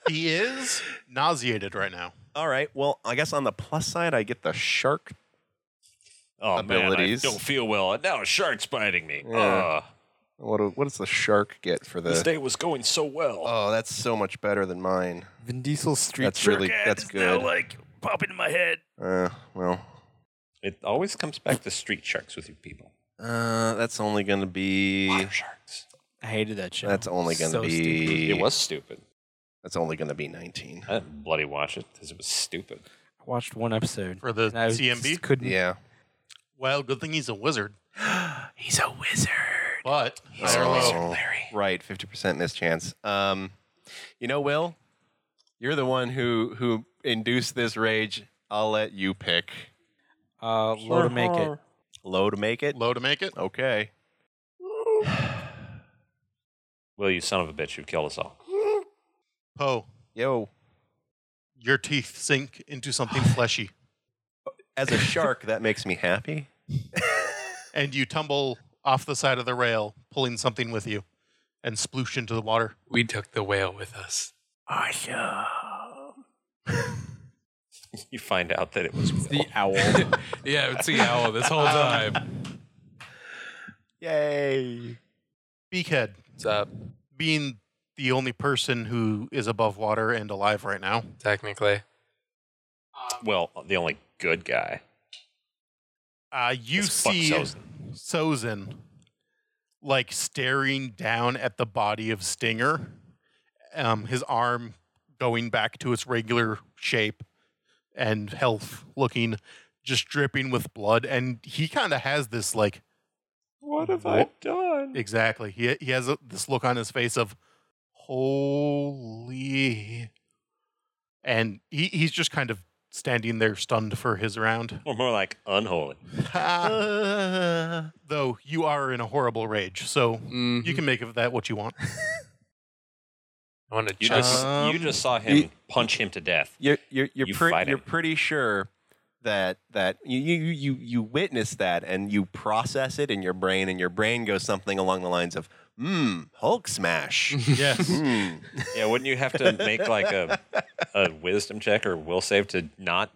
A: he is nauseated right now
E: All right. Well, I guess on the plus side, I get the shark.
C: Oh
E: Abilities.
C: man, I don't feel well. And now a shark's biting me.
E: Yeah.
C: Ugh.
E: What, do- what does the shark get for
C: this
E: the?
C: day was going so well.
E: Oh, that's so much better than mine.
G: Vin Diesel Street
E: That's
G: Shark
E: really
G: ad
E: that's
G: is now,
E: good.
G: like popping in my head.
E: Uh, well,
C: it always comes back to street sharks with you people.
E: uh, that's only gonna be.
C: Water sharks.
D: I hated that show.
E: That's only gonna
D: So
E: be.
D: stupid.
C: It was stupid.
E: That's only gonna be nineteen.
C: I didn't bloody watch it because it was stupid.
D: I watched one episode.
A: for the
D: and I just
A: cmb
D: couldn't.
E: Yeah.
A: well good thing he's a wizard
E: He's a wizard.
A: but
E: I don't
A: Oh.
E: know. Right, fifty percent miss chance. Um, you know, Will, you're the one who who induced this rage. I'll let you pick.
D: Uh, low to make it.
E: Low to make it.
A: low to make it.
E: Okay.
C: Will you son of a bitch? You killed us all. [laughs]
A: Poe,
E: Yo.
A: your teeth sink into something fleshy,
E: [laughs] As a shark, that makes me happy.
A: and you tumble off the side of the rail, pulling something with you, and sploosh into the water.
B: We took the whale with us.
C: You find out that it was Will.
D: The owl.
B: Yeah, it's the
C: [laughs]
B: owl this whole time.
E: [laughs] Yay.
A: Beakhead,
B: What's up?
A: being the only person who is above water and alive right now,
B: Technically,
C: well, the only good guy.
A: uh, you
C: This fuck
A: see
C: Sozin.
A: Sozin like staring down at the body of Stinger, um, his arm going back to its regular shape and health looking just dripping with blood. And he kind of has this like,
C: What have
A: I
C: done?
A: exactly, he, he has a, this look on his face of, holy. And he, he's just kind of standing there stunned for his round. [laughs]
C: Or more like unholy.
A: Though you are in a horrible rage, so you
B: Mhm.
A: can make of that what you want.
B: I want to
C: You
B: just
C: just you
A: Um,
C: just saw him
E: you-
C: punch him to death.
E: You're you're you're,
C: You
E: pre-
C: fight
E: you're
C: it.
E: pretty sure that that you you you you- you witness that and you process it in your brain, and your brain goes something along the lines of, "Hmm, Hulk [laughs] smash."
D: Mm-hmm.
A: yes.
E: Hmm.
C: Yeah, wouldn't you have to make like a a wisdom check or will save to not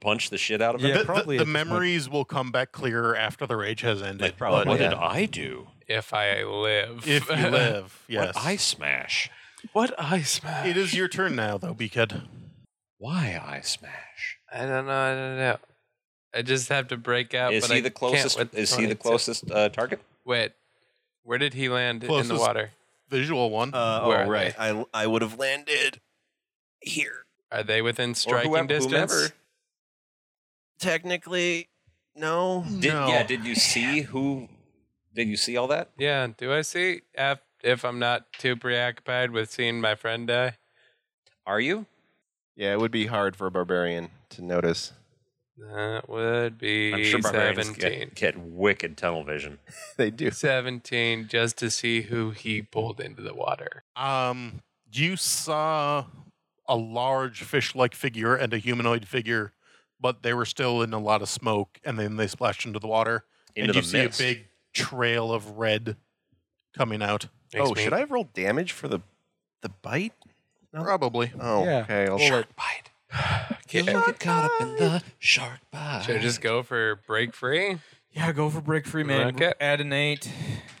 C: punch the shit out of him?
D: Yeah,
A: the, the-
D: probably
A: the
D: at this point.
A: memories will come back clearer after the rage has ended.
C: Like, probably. What
A: but
C: did I do?
B: If I [laughs] live.
A: if you live, yes.
C: What I smash?
B: what I smash?
A: it is your turn now, though, Beakhead.
C: Why I smash?
B: I don't know. I don't know. I just have to break out.
C: is
B: but
C: he
B: I
C: the
B: can't
C: closest?
B: with
C: Is he the
B: 22.
C: closest uh, target?
B: Wait, where did he land in
A: Closest-
B: the water?
A: Visual one.
E: Uh,
B: Where are
E: oh, right. I, I would have landed here.
B: Are they within striking
C: whoever-
B: distance?
C: whomever.
E: Technically, no.
C: Did,
A: no.
C: Yeah. Did you see who? Did you see all that?
B: Yeah. Do I see if, if I'm not too preoccupied with seeing my friend die?
C: Are you?
E: Yeah, it would be hard for a barbarian to notice. [laughs]
B: That would be
C: I'm sure barbarians
B: 17.
C: get, get wicked tunnel vision.
E: They do.
B: 17 just to see who he pulled into the water.
A: Um, you saw a large fish-like figure and a humanoid figure, but they were still in a lot of smoke, and then they splashed into the water,
C: Into
A: and you
C: the
A: see
C: mist.
A: a big trail of red coming out.
E: Oh, should I have rolled damage for the the bite?
A: Probably.
E: Oh,
D: Yeah.
E: okay. I'll
D: Roll it.
E: [sighs]
C: bite.
B: Get-
C: get caught up in the shark bite.
B: Should I just go for break free?
D: Yeah, go for break free, man.
B: Okay.
D: Add an eight.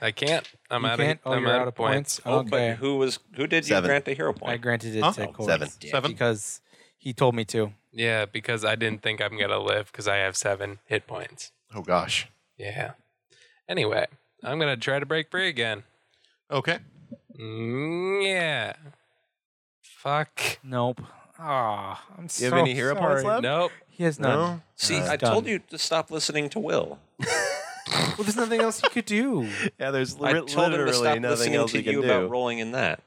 B: I can't. I'm
D: You
B: out
D: can't?
B: of
D: Oh,
B: I'm
D: you're out of points.
C: Oh,
D: Okay.
C: but who was who did you
E: Seven.
C: grant the hero
D: I
C: point?
D: granted it
A: Huh?
D: to Corey
E: seven.
A: Seven.
D: because he told me to.
B: Yeah, because I didn't think I'm gonna live because I have seven hit points.
E: Oh gosh.
B: Yeah. Anyway, I'm gonna try to break free again.
A: Okay.
B: Mm, yeah. Fuck.
D: Nope. Ah, I'm
E: You have
D: so
E: any hero points
D: sorry.
E: left?
B: Nope.
D: He has none.
E: No.
C: See,
E: Uh,
C: I
D: done.
C: told you to stop listening to Will.
D: Well, there's nothing else he could do.
E: Yeah, there's
C: I
E: li-
C: told him to
E: literally
C: stop
E: nothing
C: listening
E: else
C: to
E: you can
C: you
E: do.
C: about rolling in that.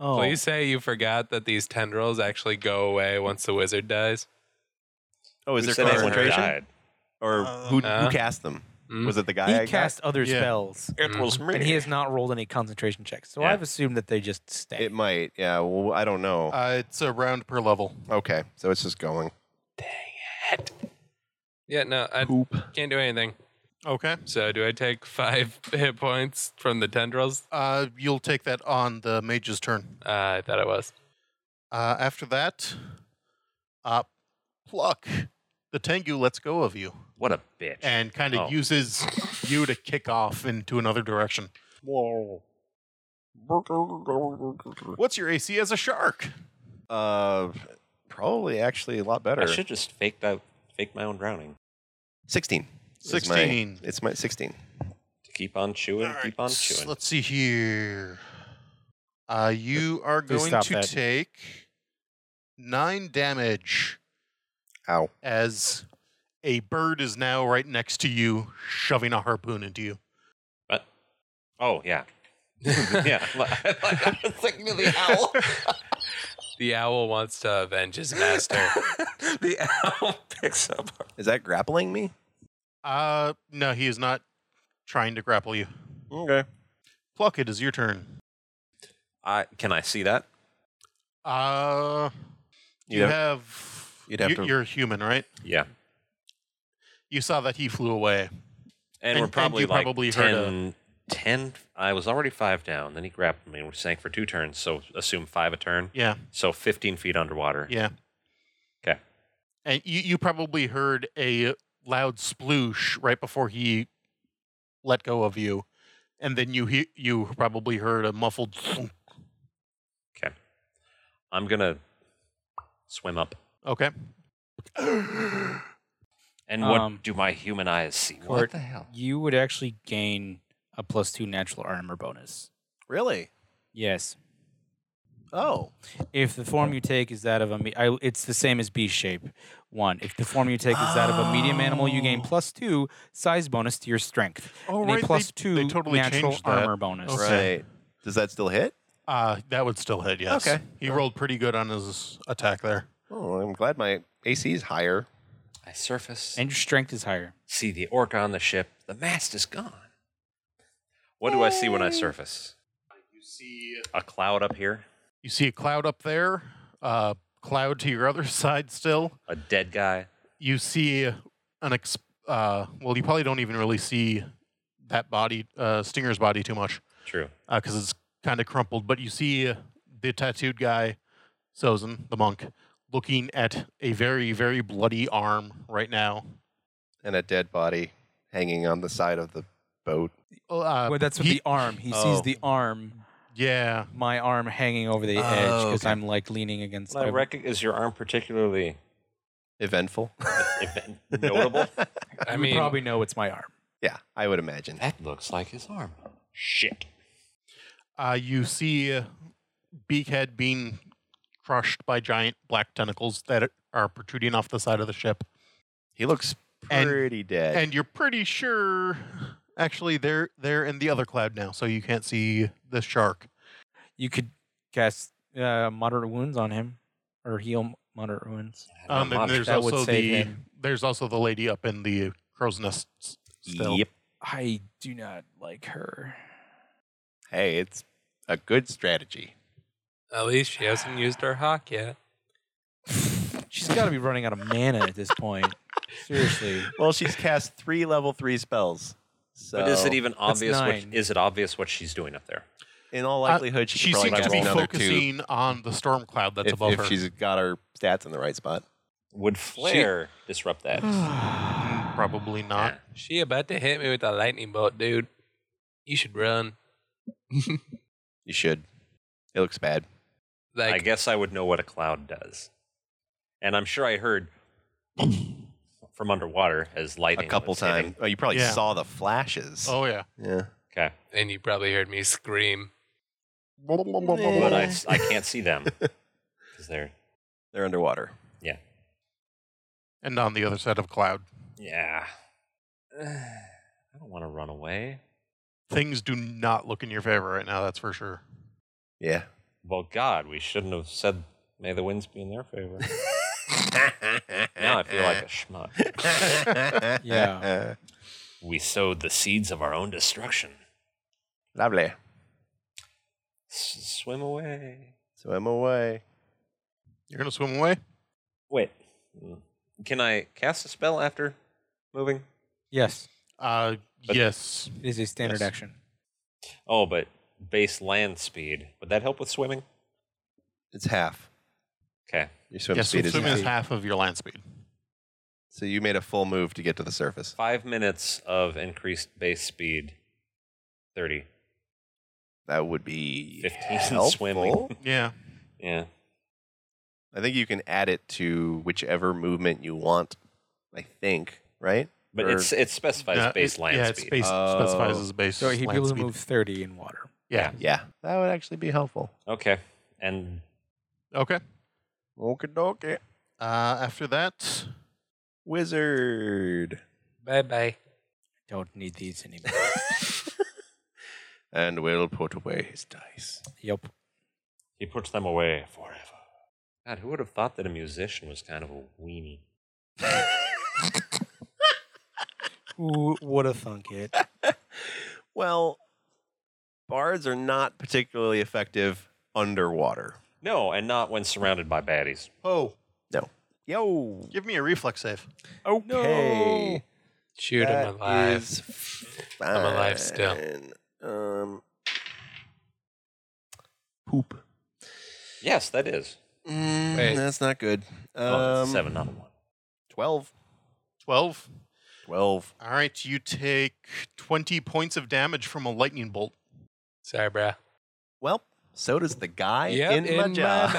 D: Oh,
B: Please say you forgot that these tendrils actually go away once the wizard dies.
E: oh,
C: Who
E: is there
C: said anyone
E: concentration?
C: died?
E: Or who,
B: Uh,
E: who cast them?
B: mm.
E: Was it the guy?
D: he
E: I got?
D: cast other
A: Yeah.
D: spells,
C: It
B: Mm.
C: was
D: and
C: me.
D: he has not rolled any concentration checks. So
C: Yeah.
D: I've assumed that they just stay.
E: It might. Yeah. Well, I don't know.
A: Uh, it's a round per level.
E: okay, so it's just going.
B: Yeah, no, I can't do anything.
A: Okay.
B: So do I take five [laughs] hit points from the tendrils?
A: Uh, you'll take that on the mage's turn.
B: Uh, I thought it
E: [laughs]
B: was.
A: Uh, after that, uh, pluck the Tengu lets go of you
C: What a bitch.
A: and kind of
C: Oh.
A: uses you to kick off into another direction. What's your AC as a shark?
E: Uh, probably actually a lot better.
C: I should just faked out, faked my own drowning
E: Sixteen. is my-
A: 16.
E: it's my sixteen.
C: to keep on chewing,
A: All
C: keep
A: right,
C: on
A: s-
C: chewing.
A: Let's see here. Uh, you are
D: please
A: going
D: stop
A: to
D: that.
A: take nine damage
E: Ow.
A: as a bird is now right next to you, shoving a harpoon into you.
C: Oh yeah, yeah. [laughs] Like, I was thinking of the owl.
B: The owl wants to avenge his
E: [laughs]
B: master.
C: the owl picks up.
E: Is that grappling me?
A: Uh, no, he is not trying to grapple you.
E: Okay.
A: Pluck, it is your turn.
C: I can I see that?
A: Uh, you
E: You'd have-
A: have.
E: you'd have
A: you,
E: to-
A: You're human, right?
C: Yeah,
A: You saw that he flew away.
C: and,
A: And-
C: we're
A: and
C: probably
A: you
C: like
A: probably heard
C: 10,
A: a-
C: 10 I was already five down. Then he grabbed me and we sank for two turns. So assume five a turn.
A: Yeah,
C: So fifteen feet underwater.
A: yeah.
C: 'Kay.
A: And you, you probably heard a loud sploosh right before he let go of you, and then you he, you probably heard a muffled thunk.
C: Okay, I'm gonna swim up.
A: okay. [gasps]
C: And what
D: Um,
C: do my human eyes see?
D: Court,
C: What the hell?
D: You would actually gain a plus two natural armor bonus.
E: Really?
D: Yes.
E: Oh.
D: If the form you take is that of a, me- I, it's the same as beast shape. One. If the form you take is that of a medium animal, you gain
E: Oh.
D: plus two size bonus to your strength
A: Oh,
D: and a plus
A: they,
D: two
A: they totally
D: natural
A: changed that. Oh.
D: armor bonus.
A: Okay.
E: Right. Does that still hit?
A: Uh, that would still hit, yes.
E: Okay.
A: He rolled pretty good on his attack there.
E: Oh, I'm glad my AC is higher.
C: I surface.
D: And your strength is higher.
C: see the orc on the ship. The mast is gone. What do I see when I surface?
A: You see
C: A cloud up here,
A: you see a cloud up there, uh, cloud to your [laughs] other side still.
C: a dead guy.
A: You see an ex- uh, well, you probably don't even really see that body, uh, Stinger's body too much uh,
C: True.
A: because it's kind of crumpled, but you see the tattooed guy, Sozin, the monk, looking at a very, very bloody arm right now.
E: and a dead body hanging on the side of the boat.
A: Uh,
D: well, that's with
A: he-
D: the arm. He
E: Oh.
D: sees the arm,
A: Yeah.
D: my arm hanging over the edge edge because I'm like leaning against.
C: Well, I
D: the-
C: reckon is your arm
A: [laughs]
C: particularly
E: [laughs] Eventful.
C: event- notable?
B: I
D: you
B: mean,
D: probably know it's my arm.
E: [laughs] yeah, I would imagine.
C: That looks like his arm. Shit.
A: Uh, you see Beakhead being crushed by giant black tentacles that are protruding off the side of the ship.
E: He looks
A: And-
E: pretty dead.
A: And you're pretty sure, actually, they're they're in the other cloud now, so you can't see the shark.
D: You could cast uh, moderate wounds on him or heal moderate wounds.
A: Um, and there's
D: That would
A: also
D: save
A: the
D: him.
A: there's also the lady up in the crow's nest. s- Still.
C: Yep.
D: I do not like her.
E: hey, it's a good strategy.
B: at least she hasn't used her hawk yet.
D: She's got to be running out of mana at this point. Seriously.
E: Well, she's cast three level three spells. So
C: But is it even obvious? What,
D: nine.
C: is it obvious what she's doing up there?
E: in all likelihood she,
A: Uh, She
E: could probably
A: seems to
E: cast
A: be
E: another two
A: focusing on the storm cloud that's
E: if,
A: above
E: if
A: her.
E: she's got her stats in the right spot.
C: Would flare disrupt [sighs] that?
A: Probably
E: Uh-huh.
A: not.
B: She about to hit me with a lightning bolt, dude. You should run.
E: You should. It looks bad.
B: Like
C: I guess I would know what a cloud does. And I'm sure I heard [clears throat] from underwater as lightning.
E: a couple
C: was hitting.
E: times. Oh, you probably
A: Yeah.
E: saw the flashes.
A: Oh yeah.
E: Yeah.
C: Okay.
B: and you probably heard me scream.
C: But I, I can't see [laughs] them. Because they're,
E: They're underwater.
A: And on the other side of cloud,
C: yeah. [sighs] I don't want to run away.
A: things do not look in your favor right now. That's for sure.
E: Yeah.
C: Well, God, we shouldn't have said, may the winds be in their favor. [laughs] now I feel like [laughs]
E: [laughs]
C: a schmuck.
D: Yeah.
C: We sowed the seeds of our own destruction.
E: Lovely.
C: S- swim away.
E: So I'm away.
A: You're gonna swim away.
C: Wait. mm, Can I cast a spell after moving?
D: yes,
A: Uh,
C: But-
A: yes.
D: it is a standard
C: Yes.
D: action.
C: Oh, but base land speed. Would that help with swimming?
E: It's half.
C: Okay.
E: Your swim
A: yes.
E: speed is
A: swimming
E: half.
A: is half of your land speed.
E: So you made a full move to get to the surface.
C: Five minutes of increased base speed. 30.
E: That would be
C: 15
E: helpful.
C: swimming.
A: Yeah.
C: Yeah.
E: I think you can add it to whichever movement you want. I think, right?
C: But
E: Or-
C: it's it specifies
A: Uh,
C: base
A: it-
C: land
A: Er, yeah,
C: speed.
A: It's base,
E: Oh.
A: specifies as base.
D: So he'd be
A: land
D: able to
A: speed.
D: move 30 in water.
A: Yeah.
E: yeah, that would actually be helpful.
C: Okay. And
A: Okay.
E: Okie dokie.
A: Uh, after that,
E: Wizard.
B: Bye bye.
D: Don't need these [laughs] anymore.
E: and will put away his dice.
D: yep.
C: he puts them away forever. God, who would have thought that a musician was kind of a weenie?
D: Who would have thunk [laughs] it?
E: Well, bards are not particularly effective underwater.
C: No, and not when surrounded by baddies.
A: oh,
E: Yo.
A: give me a reflex save.
E: Okay.
B: Shoot
E: That
B: him alive.
E: is
B: I'm alive still.
E: fine. Um, poop.
C: Yes, that is.
E: Mm,
B: Wait.
E: That's not good.
C: Oh,
E: Um,
C: it's seven, not a one.
E: 12.
A: Twelve.
E: 12.
A: All right. You take twenty points of damage from a lightning bolt.
B: Sorry, bruh.
E: Well, so does the guy
B: Yep,
E: in, my jaw.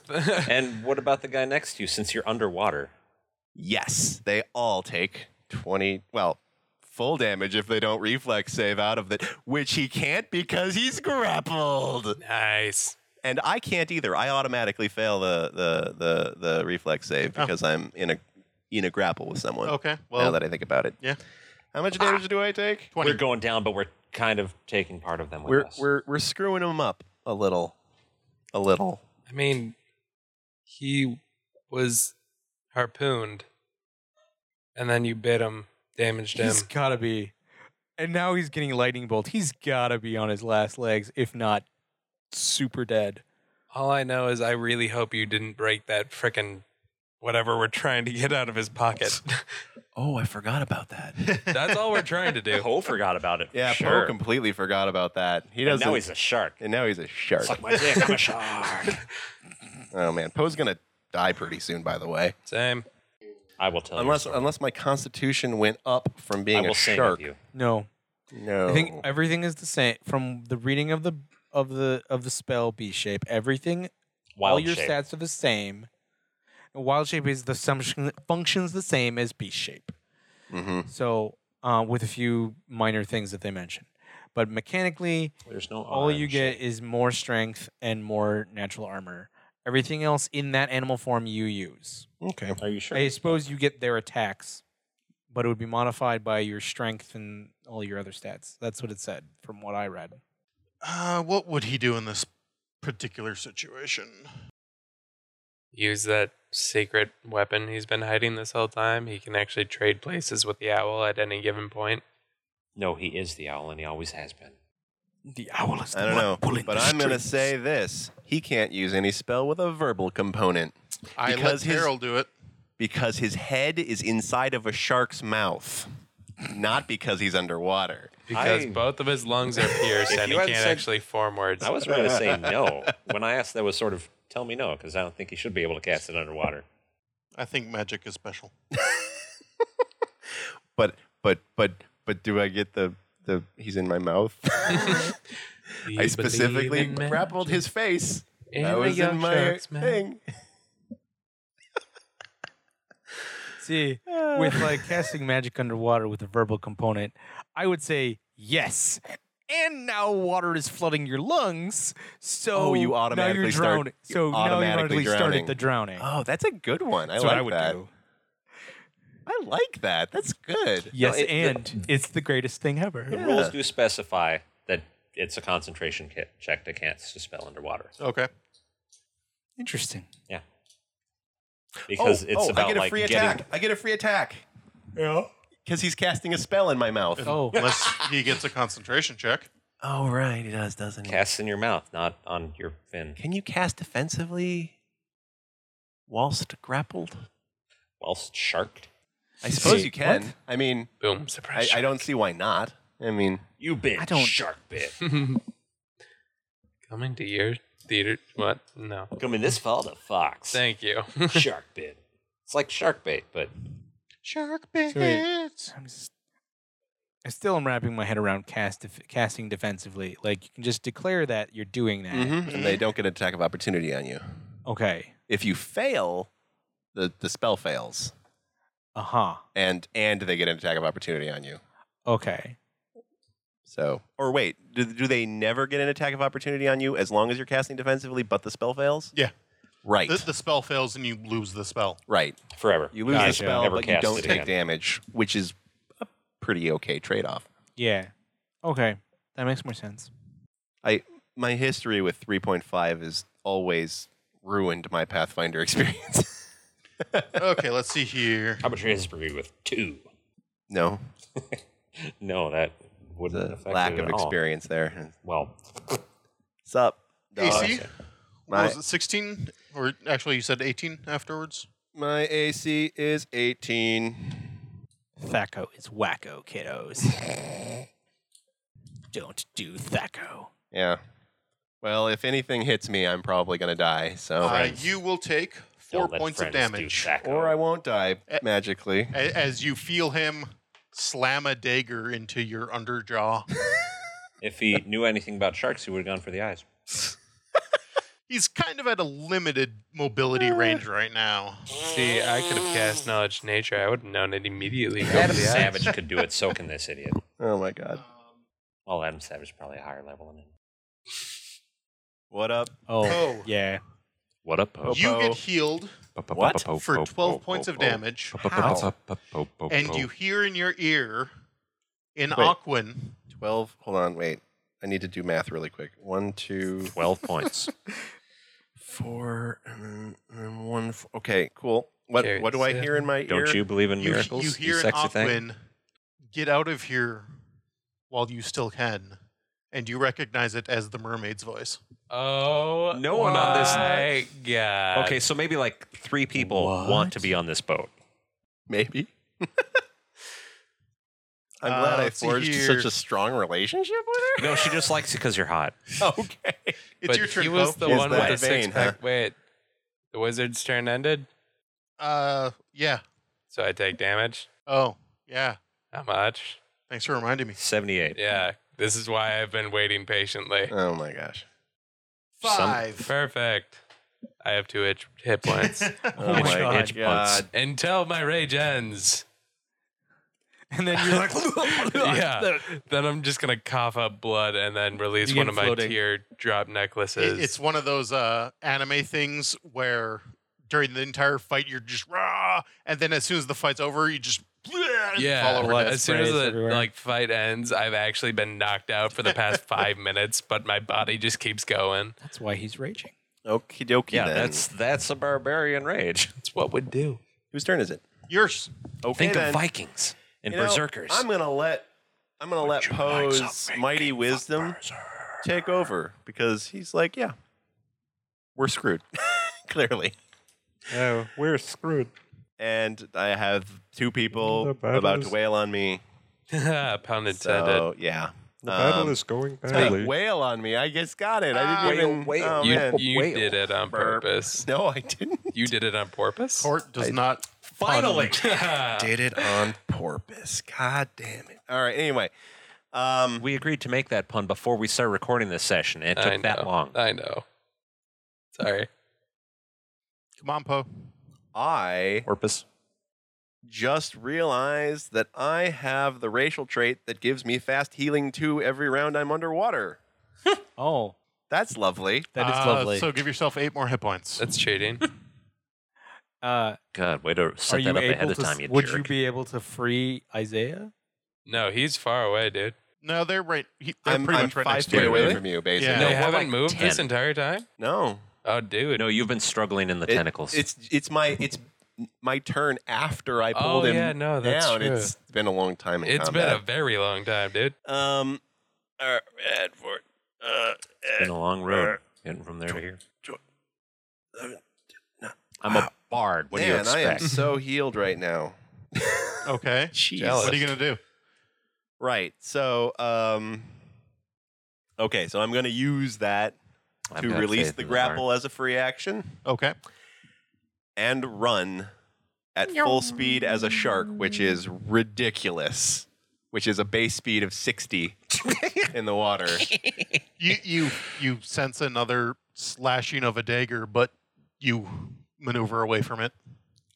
B: mouth. [laughs]
C: And what about the guy next to you? Since you're underwater,
E: [laughs] yes, they all take 20. Well, full damage if they don't reflex save out of it, which he can't because he's grappled.
B: nice.
E: And I can't either. I automatically fail the the the, the reflex save
A: Oh.
E: because I'm in a in a grapple with
C: Oh,
E: someone.
A: Okay.
E: now
A: Well, Ah.
E: that I think about it.
A: yeah.
E: How much damage do I take?
A: 20.
C: we're going down, but we're kind of taking part of them Ah, with
E: We're
C: us.
E: we're we're screwing him up a little. A little.
B: I mean, he was harpooned, and then you bit him, damaged him.
D: He's got to be. And now he's getting lightning bolt. He's got to be on his last legs, if not super dead.
B: All I know is I really hope you didn't break that frickin' whatever we're trying to get out of his
E: [laughs]
B: pocket.
E: Oh, I forgot
C: [laughs]
E: about that.
B: That's all we're trying to do.
C: Cole forgot about it. for
E: Yeah,
C: sure.
E: Poe completely forgot about that. He
C: And
E: doesn't.
C: now he's a shark.
E: and now he's a shark.
C: Suck my dick. I'm a shark.
E: Oh man, Poe's gonna die pretty soon, by the way.
B: Same.
C: [laughs] I will tell
E: unless
C: you.
E: unless my constitution went up from
C: I
E: being
C: will
E: a
C: sing
E: shark.
C: with you.
D: No,
E: No.
D: I think everything is the same from the reading of the of the of the spell B shape. Everything, all
C: Wild
D: your
C: shape.
D: stats are the same. Wild shape is the sum functions the same as B shape.
E: hmm
D: So uh, with a few minor things that they mention, but mechanically,
C: There's no
D: all you
C: arm
D: get
C: shape.
D: is more strength and more natural armor. Everything else in that animal form you use.
E: Okay.
C: Are you sure?
D: I suppose you get their attacks, but it would be modified by your strength and all your other stats. That's what it said from what I read.
A: Uh, what would he do in this particular situation?
B: Use that secret weapon he's been hiding this whole time. He can actually trade places with the owl at any given point.
C: No, he is the owl, and he always has been.
G: The owl is the
E: I don't
G: one
E: know,
G: pulling
E: but
G: the
E: I'm gonna
G: strings.
E: say this: he can't use any spell with a verbal component
A: I
E: Because
A: let
E: his-
A: Carol do it.
E: because his head is inside of a shark's mouth, not because he's underwater.
B: Because
C: I-
B: both of his lungs are pierced
C: If
B: and he
C: you had
B: can't
C: said-
B: actually form words.
C: I was ready to
E: [laughs]
C: say no. When I asked, that was sort of tell me no, because I don't think he should be able to cast it underwater.
A: I think magic is special.
E: But but but but do I get the the he's in my mouth?
B: Do
E: I
B: you
E: specifically
B: believe in
E: grappled his face.
B: magic?
E: that
B: the
E: was in
B: young
E: my
B: sharks, man.
E: thing. [laughs]
D: See, with like casting magic underwater with a verbal component, I would say yes. And now water is flooding your lungs, so
E: Oh,
D: now
E: you
D: you're
E: automatically start-
D: drowning.
E: you
D: so now you
E: automatically
D: automatically started
E: drowning.
D: the drowning.
E: Oh, that's a good one. I
D: That's
E: like
D: what I would
E: that.
D: do.
E: I like that. That's good.
D: Yes,
C: it- the-
D: and it's the greatest thing ever.
C: The rules do specify that it's a concentration kit check to cast a spell underwater.
A: Okay.
G: Interesting.
C: Yeah. Because
E: oh,
C: it's
E: oh,
C: about
E: I get a
C: like
E: free
C: getting
E: attack. I get a free attack.
G: Yeah.
E: Because he's casting a spell in my mouth.
D: Oh, [laughs]
A: Unless he gets a concentration check.
E: Oh, right. He does, doesn't
C: casts in your mouth, not on your fin.
E: Can you cast defensively whilst grappled?
C: Whilst sharked,
E: I suppose
D: See,
E: you can. I mean,
B: Boom.
E: I,
B: Surprise.
E: I [laughs] don't see why not. I mean,
C: you bit
G: I don't-
C: shark bit.
B: [laughs] Coming to your theater. What? No.
C: Coming this fall to Fox.
B: Thank you.
C: [laughs]
B: [laughs]
C: shark bit. It's like shark bait, but
A: Shark
D: bits.
A: bits.
D: I'm just, I still am wrapping my head around cast def- casting defensively. Like you can just declare that you're doing that.
E: mm-hmm, and they don't get an attack of opportunity on you.
D: Okay.
E: If you fail, the, the spell fails,
D: Uh huh.
E: and and they get an attack of opportunity on you.
D: Okay.
E: So, or wait, do, do they never get an attack of opportunity on you as long as you're casting defensively, but the spell fails?
A: Yeah.
E: Right,
A: The, the spell fails and you lose the spell.
E: right.
C: forever.
E: You lose
D: Gotcha.
E: the spell,
C: Never
E: but you
C: cast
E: don't
C: it
E: take
C: again.
E: damage, which is a pretty okay trade-off.
D: Yeah. Okay. That makes more sense.
E: My history with 3.5 has always ruined my Pathfinder [laughs] experience.
A: Okay, let's see [laughs] here.
C: How much is review with two?
E: no,
C: No, that
E: the
C: wouldn't affect
E: lack
C: you
E: of
C: at all.
E: experience there.
C: Well,
E: Sup? dog?
A: AC? What
E: My-
A: was it 16? Or actually, you said 18 afterwards?
E: My AC is 18.
D: Thaco is wacko, kiddos.
C: [laughs]
D: Don't do Thaco.
E: Yeah. Well, if anything hits me, I'm probably going to die. So
A: Uh,
C: friends.
A: you will take 4
C: don't let
A: points of
C: friends do
A: damage.
C: Sacco.
E: or I won't die
A: Eh.
E: magically.
A: A- as you feel him slam a dagger into your underjaw.
C: if he knew anything about sharks, he would have gone for the eyes.
A: He's kind of at a limited mobility
C: Uh.
A: range right now.
B: See, I could have cast knowledge nature. I would have known it immediately. Go for
C: Adam
B: the
C: [laughs]
B: eyes.
C: Savage could do it. So can this idiot.
E: Oh my god.
C: Well, Adam Savage is probably a higher level than him.
E: What up?
D: Oh,
A: Oh.
D: yeah.
C: What up, Pope?
A: You get healed
E: What?
A: Oh, for 12 points of damage.
E: How?
A: and you hear in your ear in
E: Wait.
A: Aquin
E: 12. Hold on, wait. I need to do math really quick. One, two,
A: [laughs]
C: Twelve points.
E: four, and then- and one. Four. Okay, cool. What
B: Okay,
E: what do I
B: seven.
E: hear in my ear?
C: Don't you believe in
A: you,
C: miracles?
A: you hear in
C: sexy thing.
A: Aquin get out of here while you still can and you recognize it as the mermaid's voice
B: Oh,
C: No one on this-
B: my God.
D: Uh,
C: Okay, so maybe like three people want to be on this boat.
E: Maybe. [laughs] I'm
A: Uh,
E: glad I
A: let's see
E: forged
A: here.
E: such a strong relationship with
C: No, she just likes it because you're hot.
E: her. [laughs] okay.
A: it's
B: but
A: your turn
B: He was
A: Poe.
B: the
E: Is
B: one
E: that
B: with the
E: vein,
B: six pack. Wait, The wizard's turn ended,
A: Uh, yeah.
B: so I take damage.
A: Oh, yeah.
B: Not much.
A: Thanks for reminding me.
C: 78.
B: Yeah, this is why I've been waiting patiently.
E: Oh my gosh.
A: Five.
B: Perfect. I have two itch hit points
E: [laughs] Oh
C: Itch-
E: my
C: itch points.
B: until my rage ends.
D: [laughs] And then you're like, [laughs]
B: yeah. Then I'm just gonna cough up blood and then release
D: You
B: one
D: get
B: of my
D: floating.
B: teardrop necklaces.
A: It- it's one of those uh, anime things where during the entire fight you're just rah, and then as soon as the fight's over, you just bleh, and [laughs]
B: yeah.
A: fall over
D: blood
A: dead.
B: as soon as
D: sprays
B: the
D: everywhere.
B: like fight ends, I've actually been knocked out for the past five minutes, but my body just keeps going. [laughs]
D: That's why he's raging.
E: Okie dokie.
C: Yeah,
E: then.
C: that's that's a
D: [laughs]
C: barbarian rage.
B: It's what would do.
E: whose turn is it?
A: Yours.
E: Okay,
C: Think
E: then.
C: of Vikings and
E: You know,
C: berserkers.
E: I'm gonna let I'm gonna let Poe's mighty wisdom take over because he's like, yeah, we're [laughs] screwed, clearly.
G: Oh, we're screwed.
E: And I have two people
G: The battle
E: about to
G: is-
E: wail on me.
B: Pun intended.
E: So oh, yeah,
G: The battle
E: Um,
G: is going
E: Hey,
G: badly.
E: wail on me. I just got it. I didn't
C: Wail,
E: even.
C: wail.
E: oh,
B: you
E: man.
B: you
C: whale.
B: did it on purpose.
E: [laughs] No, I didn't.
B: You
E: [laughs]
B: did it on purpose. [laughs]
A: Court does not.
E: Finally.
B: yeah.
E: Did it on purpose. God damn it. All right. Anyway, um,
C: we agreed to make that pun before we started recording this session, and it
B: I
C: took that
B: know.
C: long.
D: Uh,
B: I know. Sorry.
A: Come on, Poe.
E: I
C: Porpoise.
E: just realized that I have the racial trait that gives me fast healing two every round I'm underwater.
D: Oh,
E: That's lovely.
D: that is
A: Uh,
D: lovely.
A: So give yourself eight more hit points.
B: That's cheating.
D: uh,
C: God, way to
D: are
C: set
D: you
C: that up ahead
D: able
C: of
D: to?
C: time,
D: s-
C: you
D: would
C: jerk.
D: you be able to free Isaiah?
B: No, he's far away, dude.
A: no, they're right. He, they're
E: I'm,
A: pretty
E: I'm
A: much right
E: five
A: next to
E: feet
A: you.
E: away
B: Really?
E: from you, basically.
A: Yeah.
B: They
A: No,
B: haven't
C: like
B: moved this
C: 10.
B: entire time?
E: No,
B: Oh, dude.
C: no, you've been struggling in the
E: It-
C: tentacles.
E: It's it's my it's my turn after I
B: oh,
E: pulled him
B: yeah, no, that's
E: down.
B: true.
E: It's been a long time. In
B: it's been a
E: combat.
B: very long time, dude.
E: um. Uh, Edward. Uh,
C: It's been a long
D: er,
C: road getting from there to here. I'm a bard. What do you
E: man, I am
C: expect?
E: so healed right now.
A: Okay.
E: Jealous.
A: What are you gonna do?
E: Right. So, um, okay. So I'm going to use that
C: I've
E: to
C: got
E: release
C: faith
E: the
C: in bard.
E: grapple as a free action
A: Okay.
E: and run at full speed as a shark, which is ridiculous. Which is a base speed of 60 in the water. [laughs]
A: You you you sense another slashing of a dagger, but you maneuver away from it.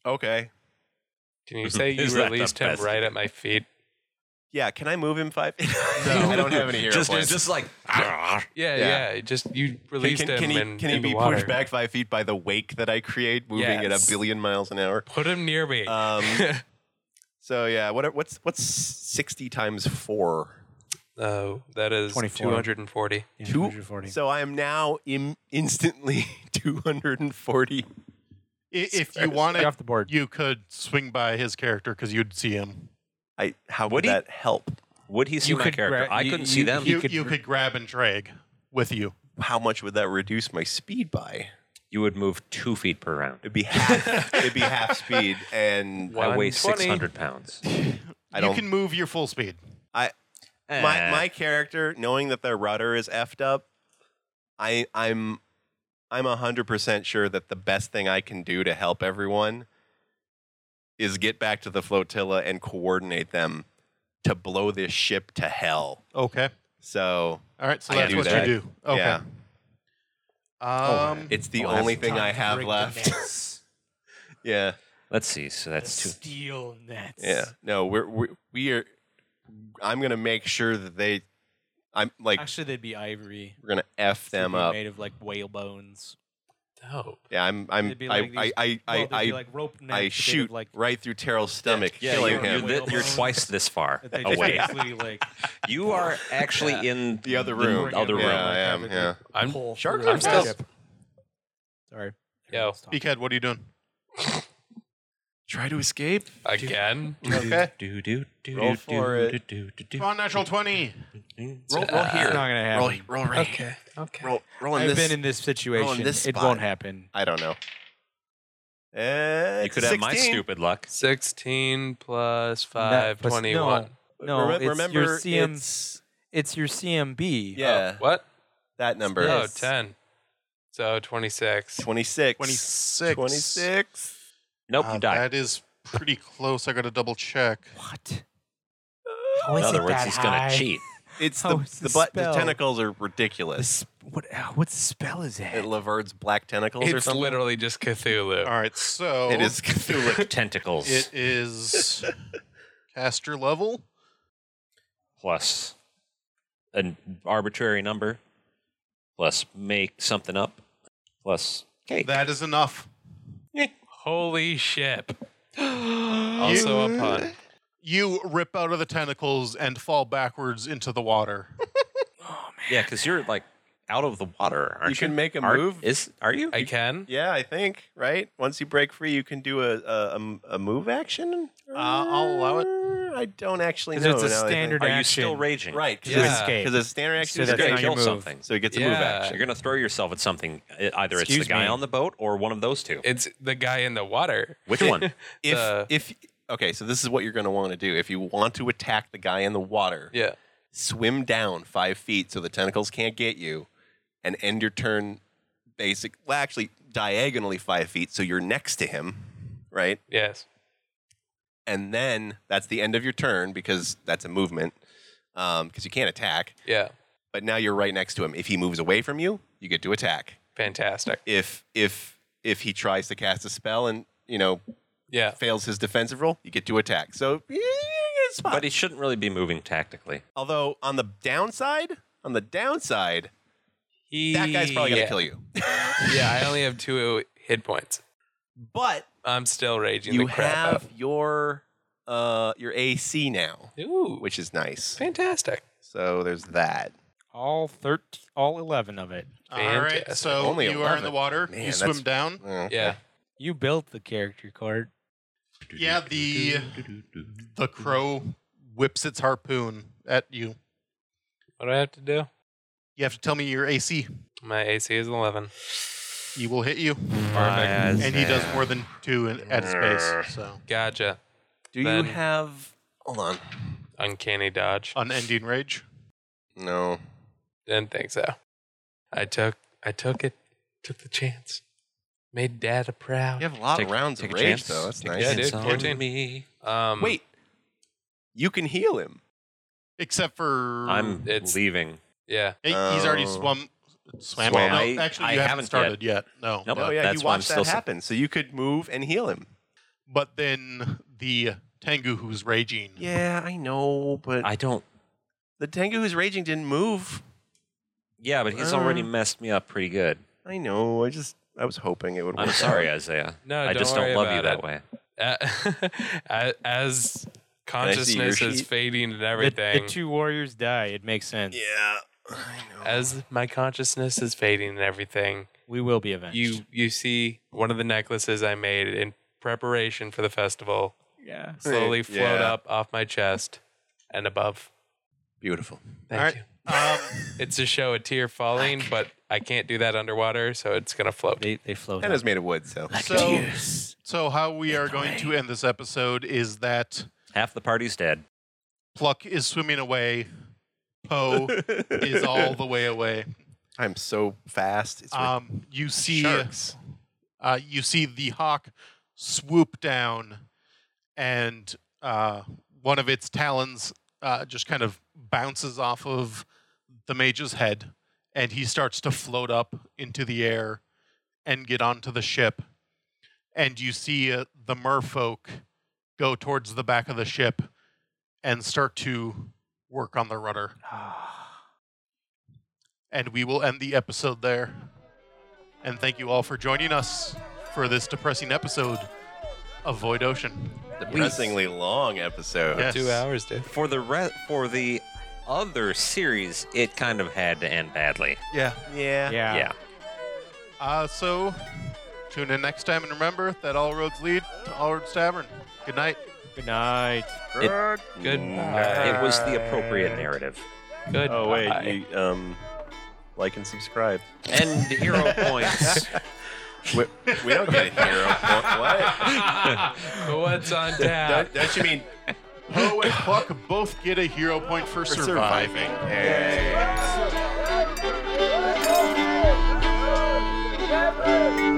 E: Okay.
B: Can you say
C: Is
B: you
C: that the
B: released him
C: best?
B: right at my feet?
E: Yeah. Can I move him five? [laughs] I don't have any hero
C: Just,
E: points.
C: it's just like "Argh."
B: Yeah,
E: Yeah.
B: yeah. Just you
E: can,
B: released
E: can,
B: him
E: can he,
B: in,
E: can
B: in
E: he
B: the
E: be
B: water.
E: pushed back five feet by the wake that I create, moving at a
B: Yes.
E: billion miles
B: [laughs]
E: an hour?
B: Put him near me. [laughs]
E: Um, so yeah, what, what's what's sixty times four?
B: oh, that is
D: 24.
B: 240.
D: Yeah,
E: Two-
D: 140.
E: So I am now Im- instantly [laughs] two hundred and forty.
A: I- If you
E: Sorry.
D: Get
A: wanted,
D: off the board.
A: you could swing by his character because you'd see him.
E: I how would
C: Would he-
E: that help?
C: Would he see
D: You
C: my
D: could
C: character?
D: gra-
C: I
D: you-
C: couldn't
D: you-
C: see them.
D: He
A: You
D: could-
A: you could grab and drag with you.
E: How much would that reduce my speed by?
C: You would move two feet per round.
E: It'd be half. it'd
B: [laughs]
E: be half speed, and
C: I weigh
B: 120.
C: 600 pounds.
E: I
A: you
E: don't.
A: can move your full speed.
E: my
C: Eh,
E: my character, knowing that their rudder is effed up, I I'm I'm hundred percent sure that the best thing I can do to help everyone is get back to the flotilla and coordinate them to blow this ship to hell.
A: Okay.
E: So
A: All right. So
E: I
A: that's
E: do
A: what
E: that.
A: you do. Okay.
E: yeah, Oh,
A: Um.
E: it's
D: Oh,
E: the only thing I have left. [laughs] yeah,
C: Let's see. So [laughs] that's two.
G: Steel nets.
E: yeah. No, we're, we're we are. I'm gonna make sure that they. I'm like
D: Actually, they'd be ivory.
E: we're gonna f them
D: They'd be
E: up.
D: Made of like whale bones.
B: Dope.
E: Yeah, I'm. I'm.
D: They'd be
E: I,
D: like
E: I,
D: these- Well,
E: I, I,
D: they'd
E: I,
D: be like rope nets. but they'd
E: I
D: have,
E: shoot
D: like
E: right through Terrell's stomach,
C: Yeah,
E: killing
C: you're,
E: him.
C: You're, thi- you're twice this far
E: [laughs]
D: They just
C: away.
D: basically [laughs] like
C: You are [laughs] actually in
E: the other room.
C: other
E: yeah,
C: room.
E: I am. Yeah.
B: I'm
G: Pull
E: Sharks
G: through
E: are
G: a
E: still-
G: ship.
D: sorry.
B: Yo.
D: Stop.
A: Beakhead, what are you doing?
E: Try to escape.
B: again.
A: Okay.
C: Do, do, do,
E: Roll
C: do,
E: for
C: do,
E: it.
C: do, do, do,
A: Come on, natural twenty.
C: do.
E: Roll, roll
D: It's
E: here.
D: not gonna happen.
E: uh, Roll, roll right.
B: Okay. Okay.
E: Roll, roll in
D: I've
E: this.
D: been in this situation.
E: this
D: it
E: spot.
D: won't happen.
E: I don't know. Uh,
C: You could have my
E: 16.
C: stupid luck.
B: 16 plus 5,
D: plus-
B: 21.
D: No,
E: Remem-
D: it's your
E: remember,
D: CM
E: it's-
D: It's your CMB.
E: yeah,
B: What?
E: that number.
B: Oh,
D: Yes.
B: 10. So 26.
E: 26.
A: 26.
E: 26.
C: Nope,
A: Uh,
C: you die.
A: That is pretty close. I got to double check.
D: Oh, What?
G: How
C: In
G: is
C: other
G: it
C: words,
G: that
C: he's
G: high?
C: gonna
E: [laughs]
C: cheat.
E: It's the,
D: How is
E: the,
D: the
E: butt, the
D: spell?
E: tentacles are ridiculous.
D: This, what? uh, What spell is
E: It
D: that?
E: Laverd's black tentacles or
B: It's
E: something.
B: literally just Cthulhu.
A: All right, so
E: [laughs]
A: [laughs]
E: It is Cthulhu.
C: Lick tentacles
A: It
E: [laughs]
A: is caster level.
C: plus an arbitrary number plus make something up plus cake.
A: That is enough.
B: Holy
E: [gasps]
B: ship. also a pun.
A: You rip out of the tentacles and fall backwards into the water.
C: yeah, because you're like out of the water, aren't you?
E: you can make a
C: Are-
E: move.
C: Is are you?
B: I can.
E: yeah, I think right. Once you break free, you can do a a, a- a move action. Uh,
A: I'll allow
E: it. I don't actually
D: 'Cause
E: know.
D: it's a
E: now that I think-
D: standard
C: are you
D: action.
C: still raging?
E: right? Because
B: Yeah.
E: it's,
B: Escape.
E: 'cause it's a standard
D: So
E: action.
C: You're
E: So,
D: that's
C: gonna
D: not your
C: kill
D: move.
C: something.
E: so he gets a
B: Yeah.
E: move action.
C: You're gonna throw yourself at something. It- Either it's
D: Excuse
C: the guy
D: me.
C: on the boat or one of those two.
B: It's the guy in the water.
C: Which
B: [laughs]
C: one?
E: If
B: Uh,
E: if okay, so this is what you're going to want to do. If you want to attack the guy in the water,
B: Yeah.
E: swim down five feet so the tentacles can't get you, and end your turn basic. Well, actually, diagonally five feet so you're next to him, right?
B: Yes.
E: And then that's the end of your turn because that's a movement because you can't attack.
B: Yeah.
E: But now you're right next to him. If he moves away from you, you get to attack.
B: Fantastic.
E: If if if he tries to cast a spell and you know
B: Yeah.
E: fails his defensive roll, you get to attack. So you get a spot.
C: But he shouldn't really be moving tactically.
E: Although on the downside, on the downside, that guy's probably gonna kill you.
B: Yeah, I only have two hit points.
E: But
B: I'm still raging
E: you
B: the crap
E: have your uh your AC now,
B: out. Ooh, which
E: which is nice.
B: fantastic.
E: So there's that.
D: All thirteen, all eleven of it.
A: All right,
B: Fantastic.
A: so
E: Only
A: you are in the
E: 11.
A: water.
E: Man,
A: you
E: that's-
A: swim down.
E: Mm. [laughs]
B: Yeah.
D: You built the character card.
A: Yeah, the the crow whips its harpoon at you.
B: What do I have to do?
A: You have to tell me your AC.
B: My AC is 11.
A: He will hit you,
C: Perfect.
A: and he does more than two in, at his base. So
B: Gotcha.
E: Do
B: Then-
E: you have hold on.
B: Uncanny dodge.
A: unending rage.
E: No.
B: Didn't think so. I took I took it. Took the chance. Made Dad proud.
E: You have a lot
C: Take-
E: of rounds
C: take
E: of
C: a
E: rage
C: chance.
E: though. That's
C: Take a
E: nice.
B: Yeah,
C: chance.
B: dude.
C: on
B: 14.
C: me.
B: Um,
E: Wait. You can heal him.
A: Except for
C: I'm
B: Mm, It's-
C: leaving.
B: Yeah. [laughs]
A: Hey, he's already
E: Oh.
A: swum. Swam.
E: Swam.
A: No,
C: I-
A: actually,
C: I
A: you haven't,
C: haven't
A: started yet. No.
C: Nope.
E: Oh yeah,
C: that's
E: you
C: why I'm
E: watched
C: still
E: that
C: s-
E: happen. So you could move and heal him.
A: But then the Tengu who's raging.
E: Yeah, I know, but
C: I don't.
E: the Tengu who's raging didn't move.
C: Yeah, but he's already
E: Uh.
C: messed me up pretty good.
E: I know. I just I was hoping it would work.
C: I'm
B: [laughs]
E: out.
C: sorry, Isaiah.
B: No,
C: I
B: don't
C: just
B: worry
C: don't love you
B: about
C: that
B: it.
C: way.
B: Uh, as
E: I see your
B: consciousness is
E: sheet?
B: fading and
D: The, the
B: everything,
D: two warriors die. It makes sense.
E: Yeah, I know.
B: as my consciousness is fading and everything,
D: We will be avenged.
B: you you see one of the necklaces I made in preparation for the festival
D: Yeah.
B: slowly float
E: Yeah.
B: up off my chest and above.
E: Beautiful.
B: Thank
A: Alright.
B: you.
A: Um,
B: [laughs] It's to show a tear falling, but I can't do that underwater, so it's gonna float.
D: They they float.
E: And
D: up.
E: it's made of wood, so
A: so, so how we are going to end this episode is that
C: Half the party's dead.
A: Pluck is swimming away.
C: [laughs]
A: Poe is all the way away.
E: [laughs] I'm so fast. It's ridiculous.
A: Um, you see,
E: Sharks.
A: uh, you see the hawk swoop down, and uh, one of its talons uh, just kind of bounces off of the mage's head, and he starts to float up into the air and get onto the ship. And you see uh, the merfolk go towards the back of the ship and start to work on the rudder. And we will end the episode there. And thank you all for joining us for this depressing episode of Void Ocean.
E: depressingly long episode.
A: Yes.
B: Two hours, dude.
C: For the re- for the other series, it kind of had to end badly.
A: Yeah.
E: Yeah.
D: yeah.
C: yeah.
A: Uh, so tune in next time and remember that all roads lead to All Roads Tavern. Good night.
D: Good night.
F: Good.
B: Good.
C: It was the
B: Uh.
C: appropriate narrative.
B: Good.
E: Oh wait, you, um, like and subscribe.
C: And
B: [laughs]
C: hero points.
E: we, we don't get a hero. point. What?
B: What's on tap?
E: Don't, don't you mean
A: Poe and Puck both get a hero point for
E: for
A: surviving.
E: surviving? Hey.
H: Thank you.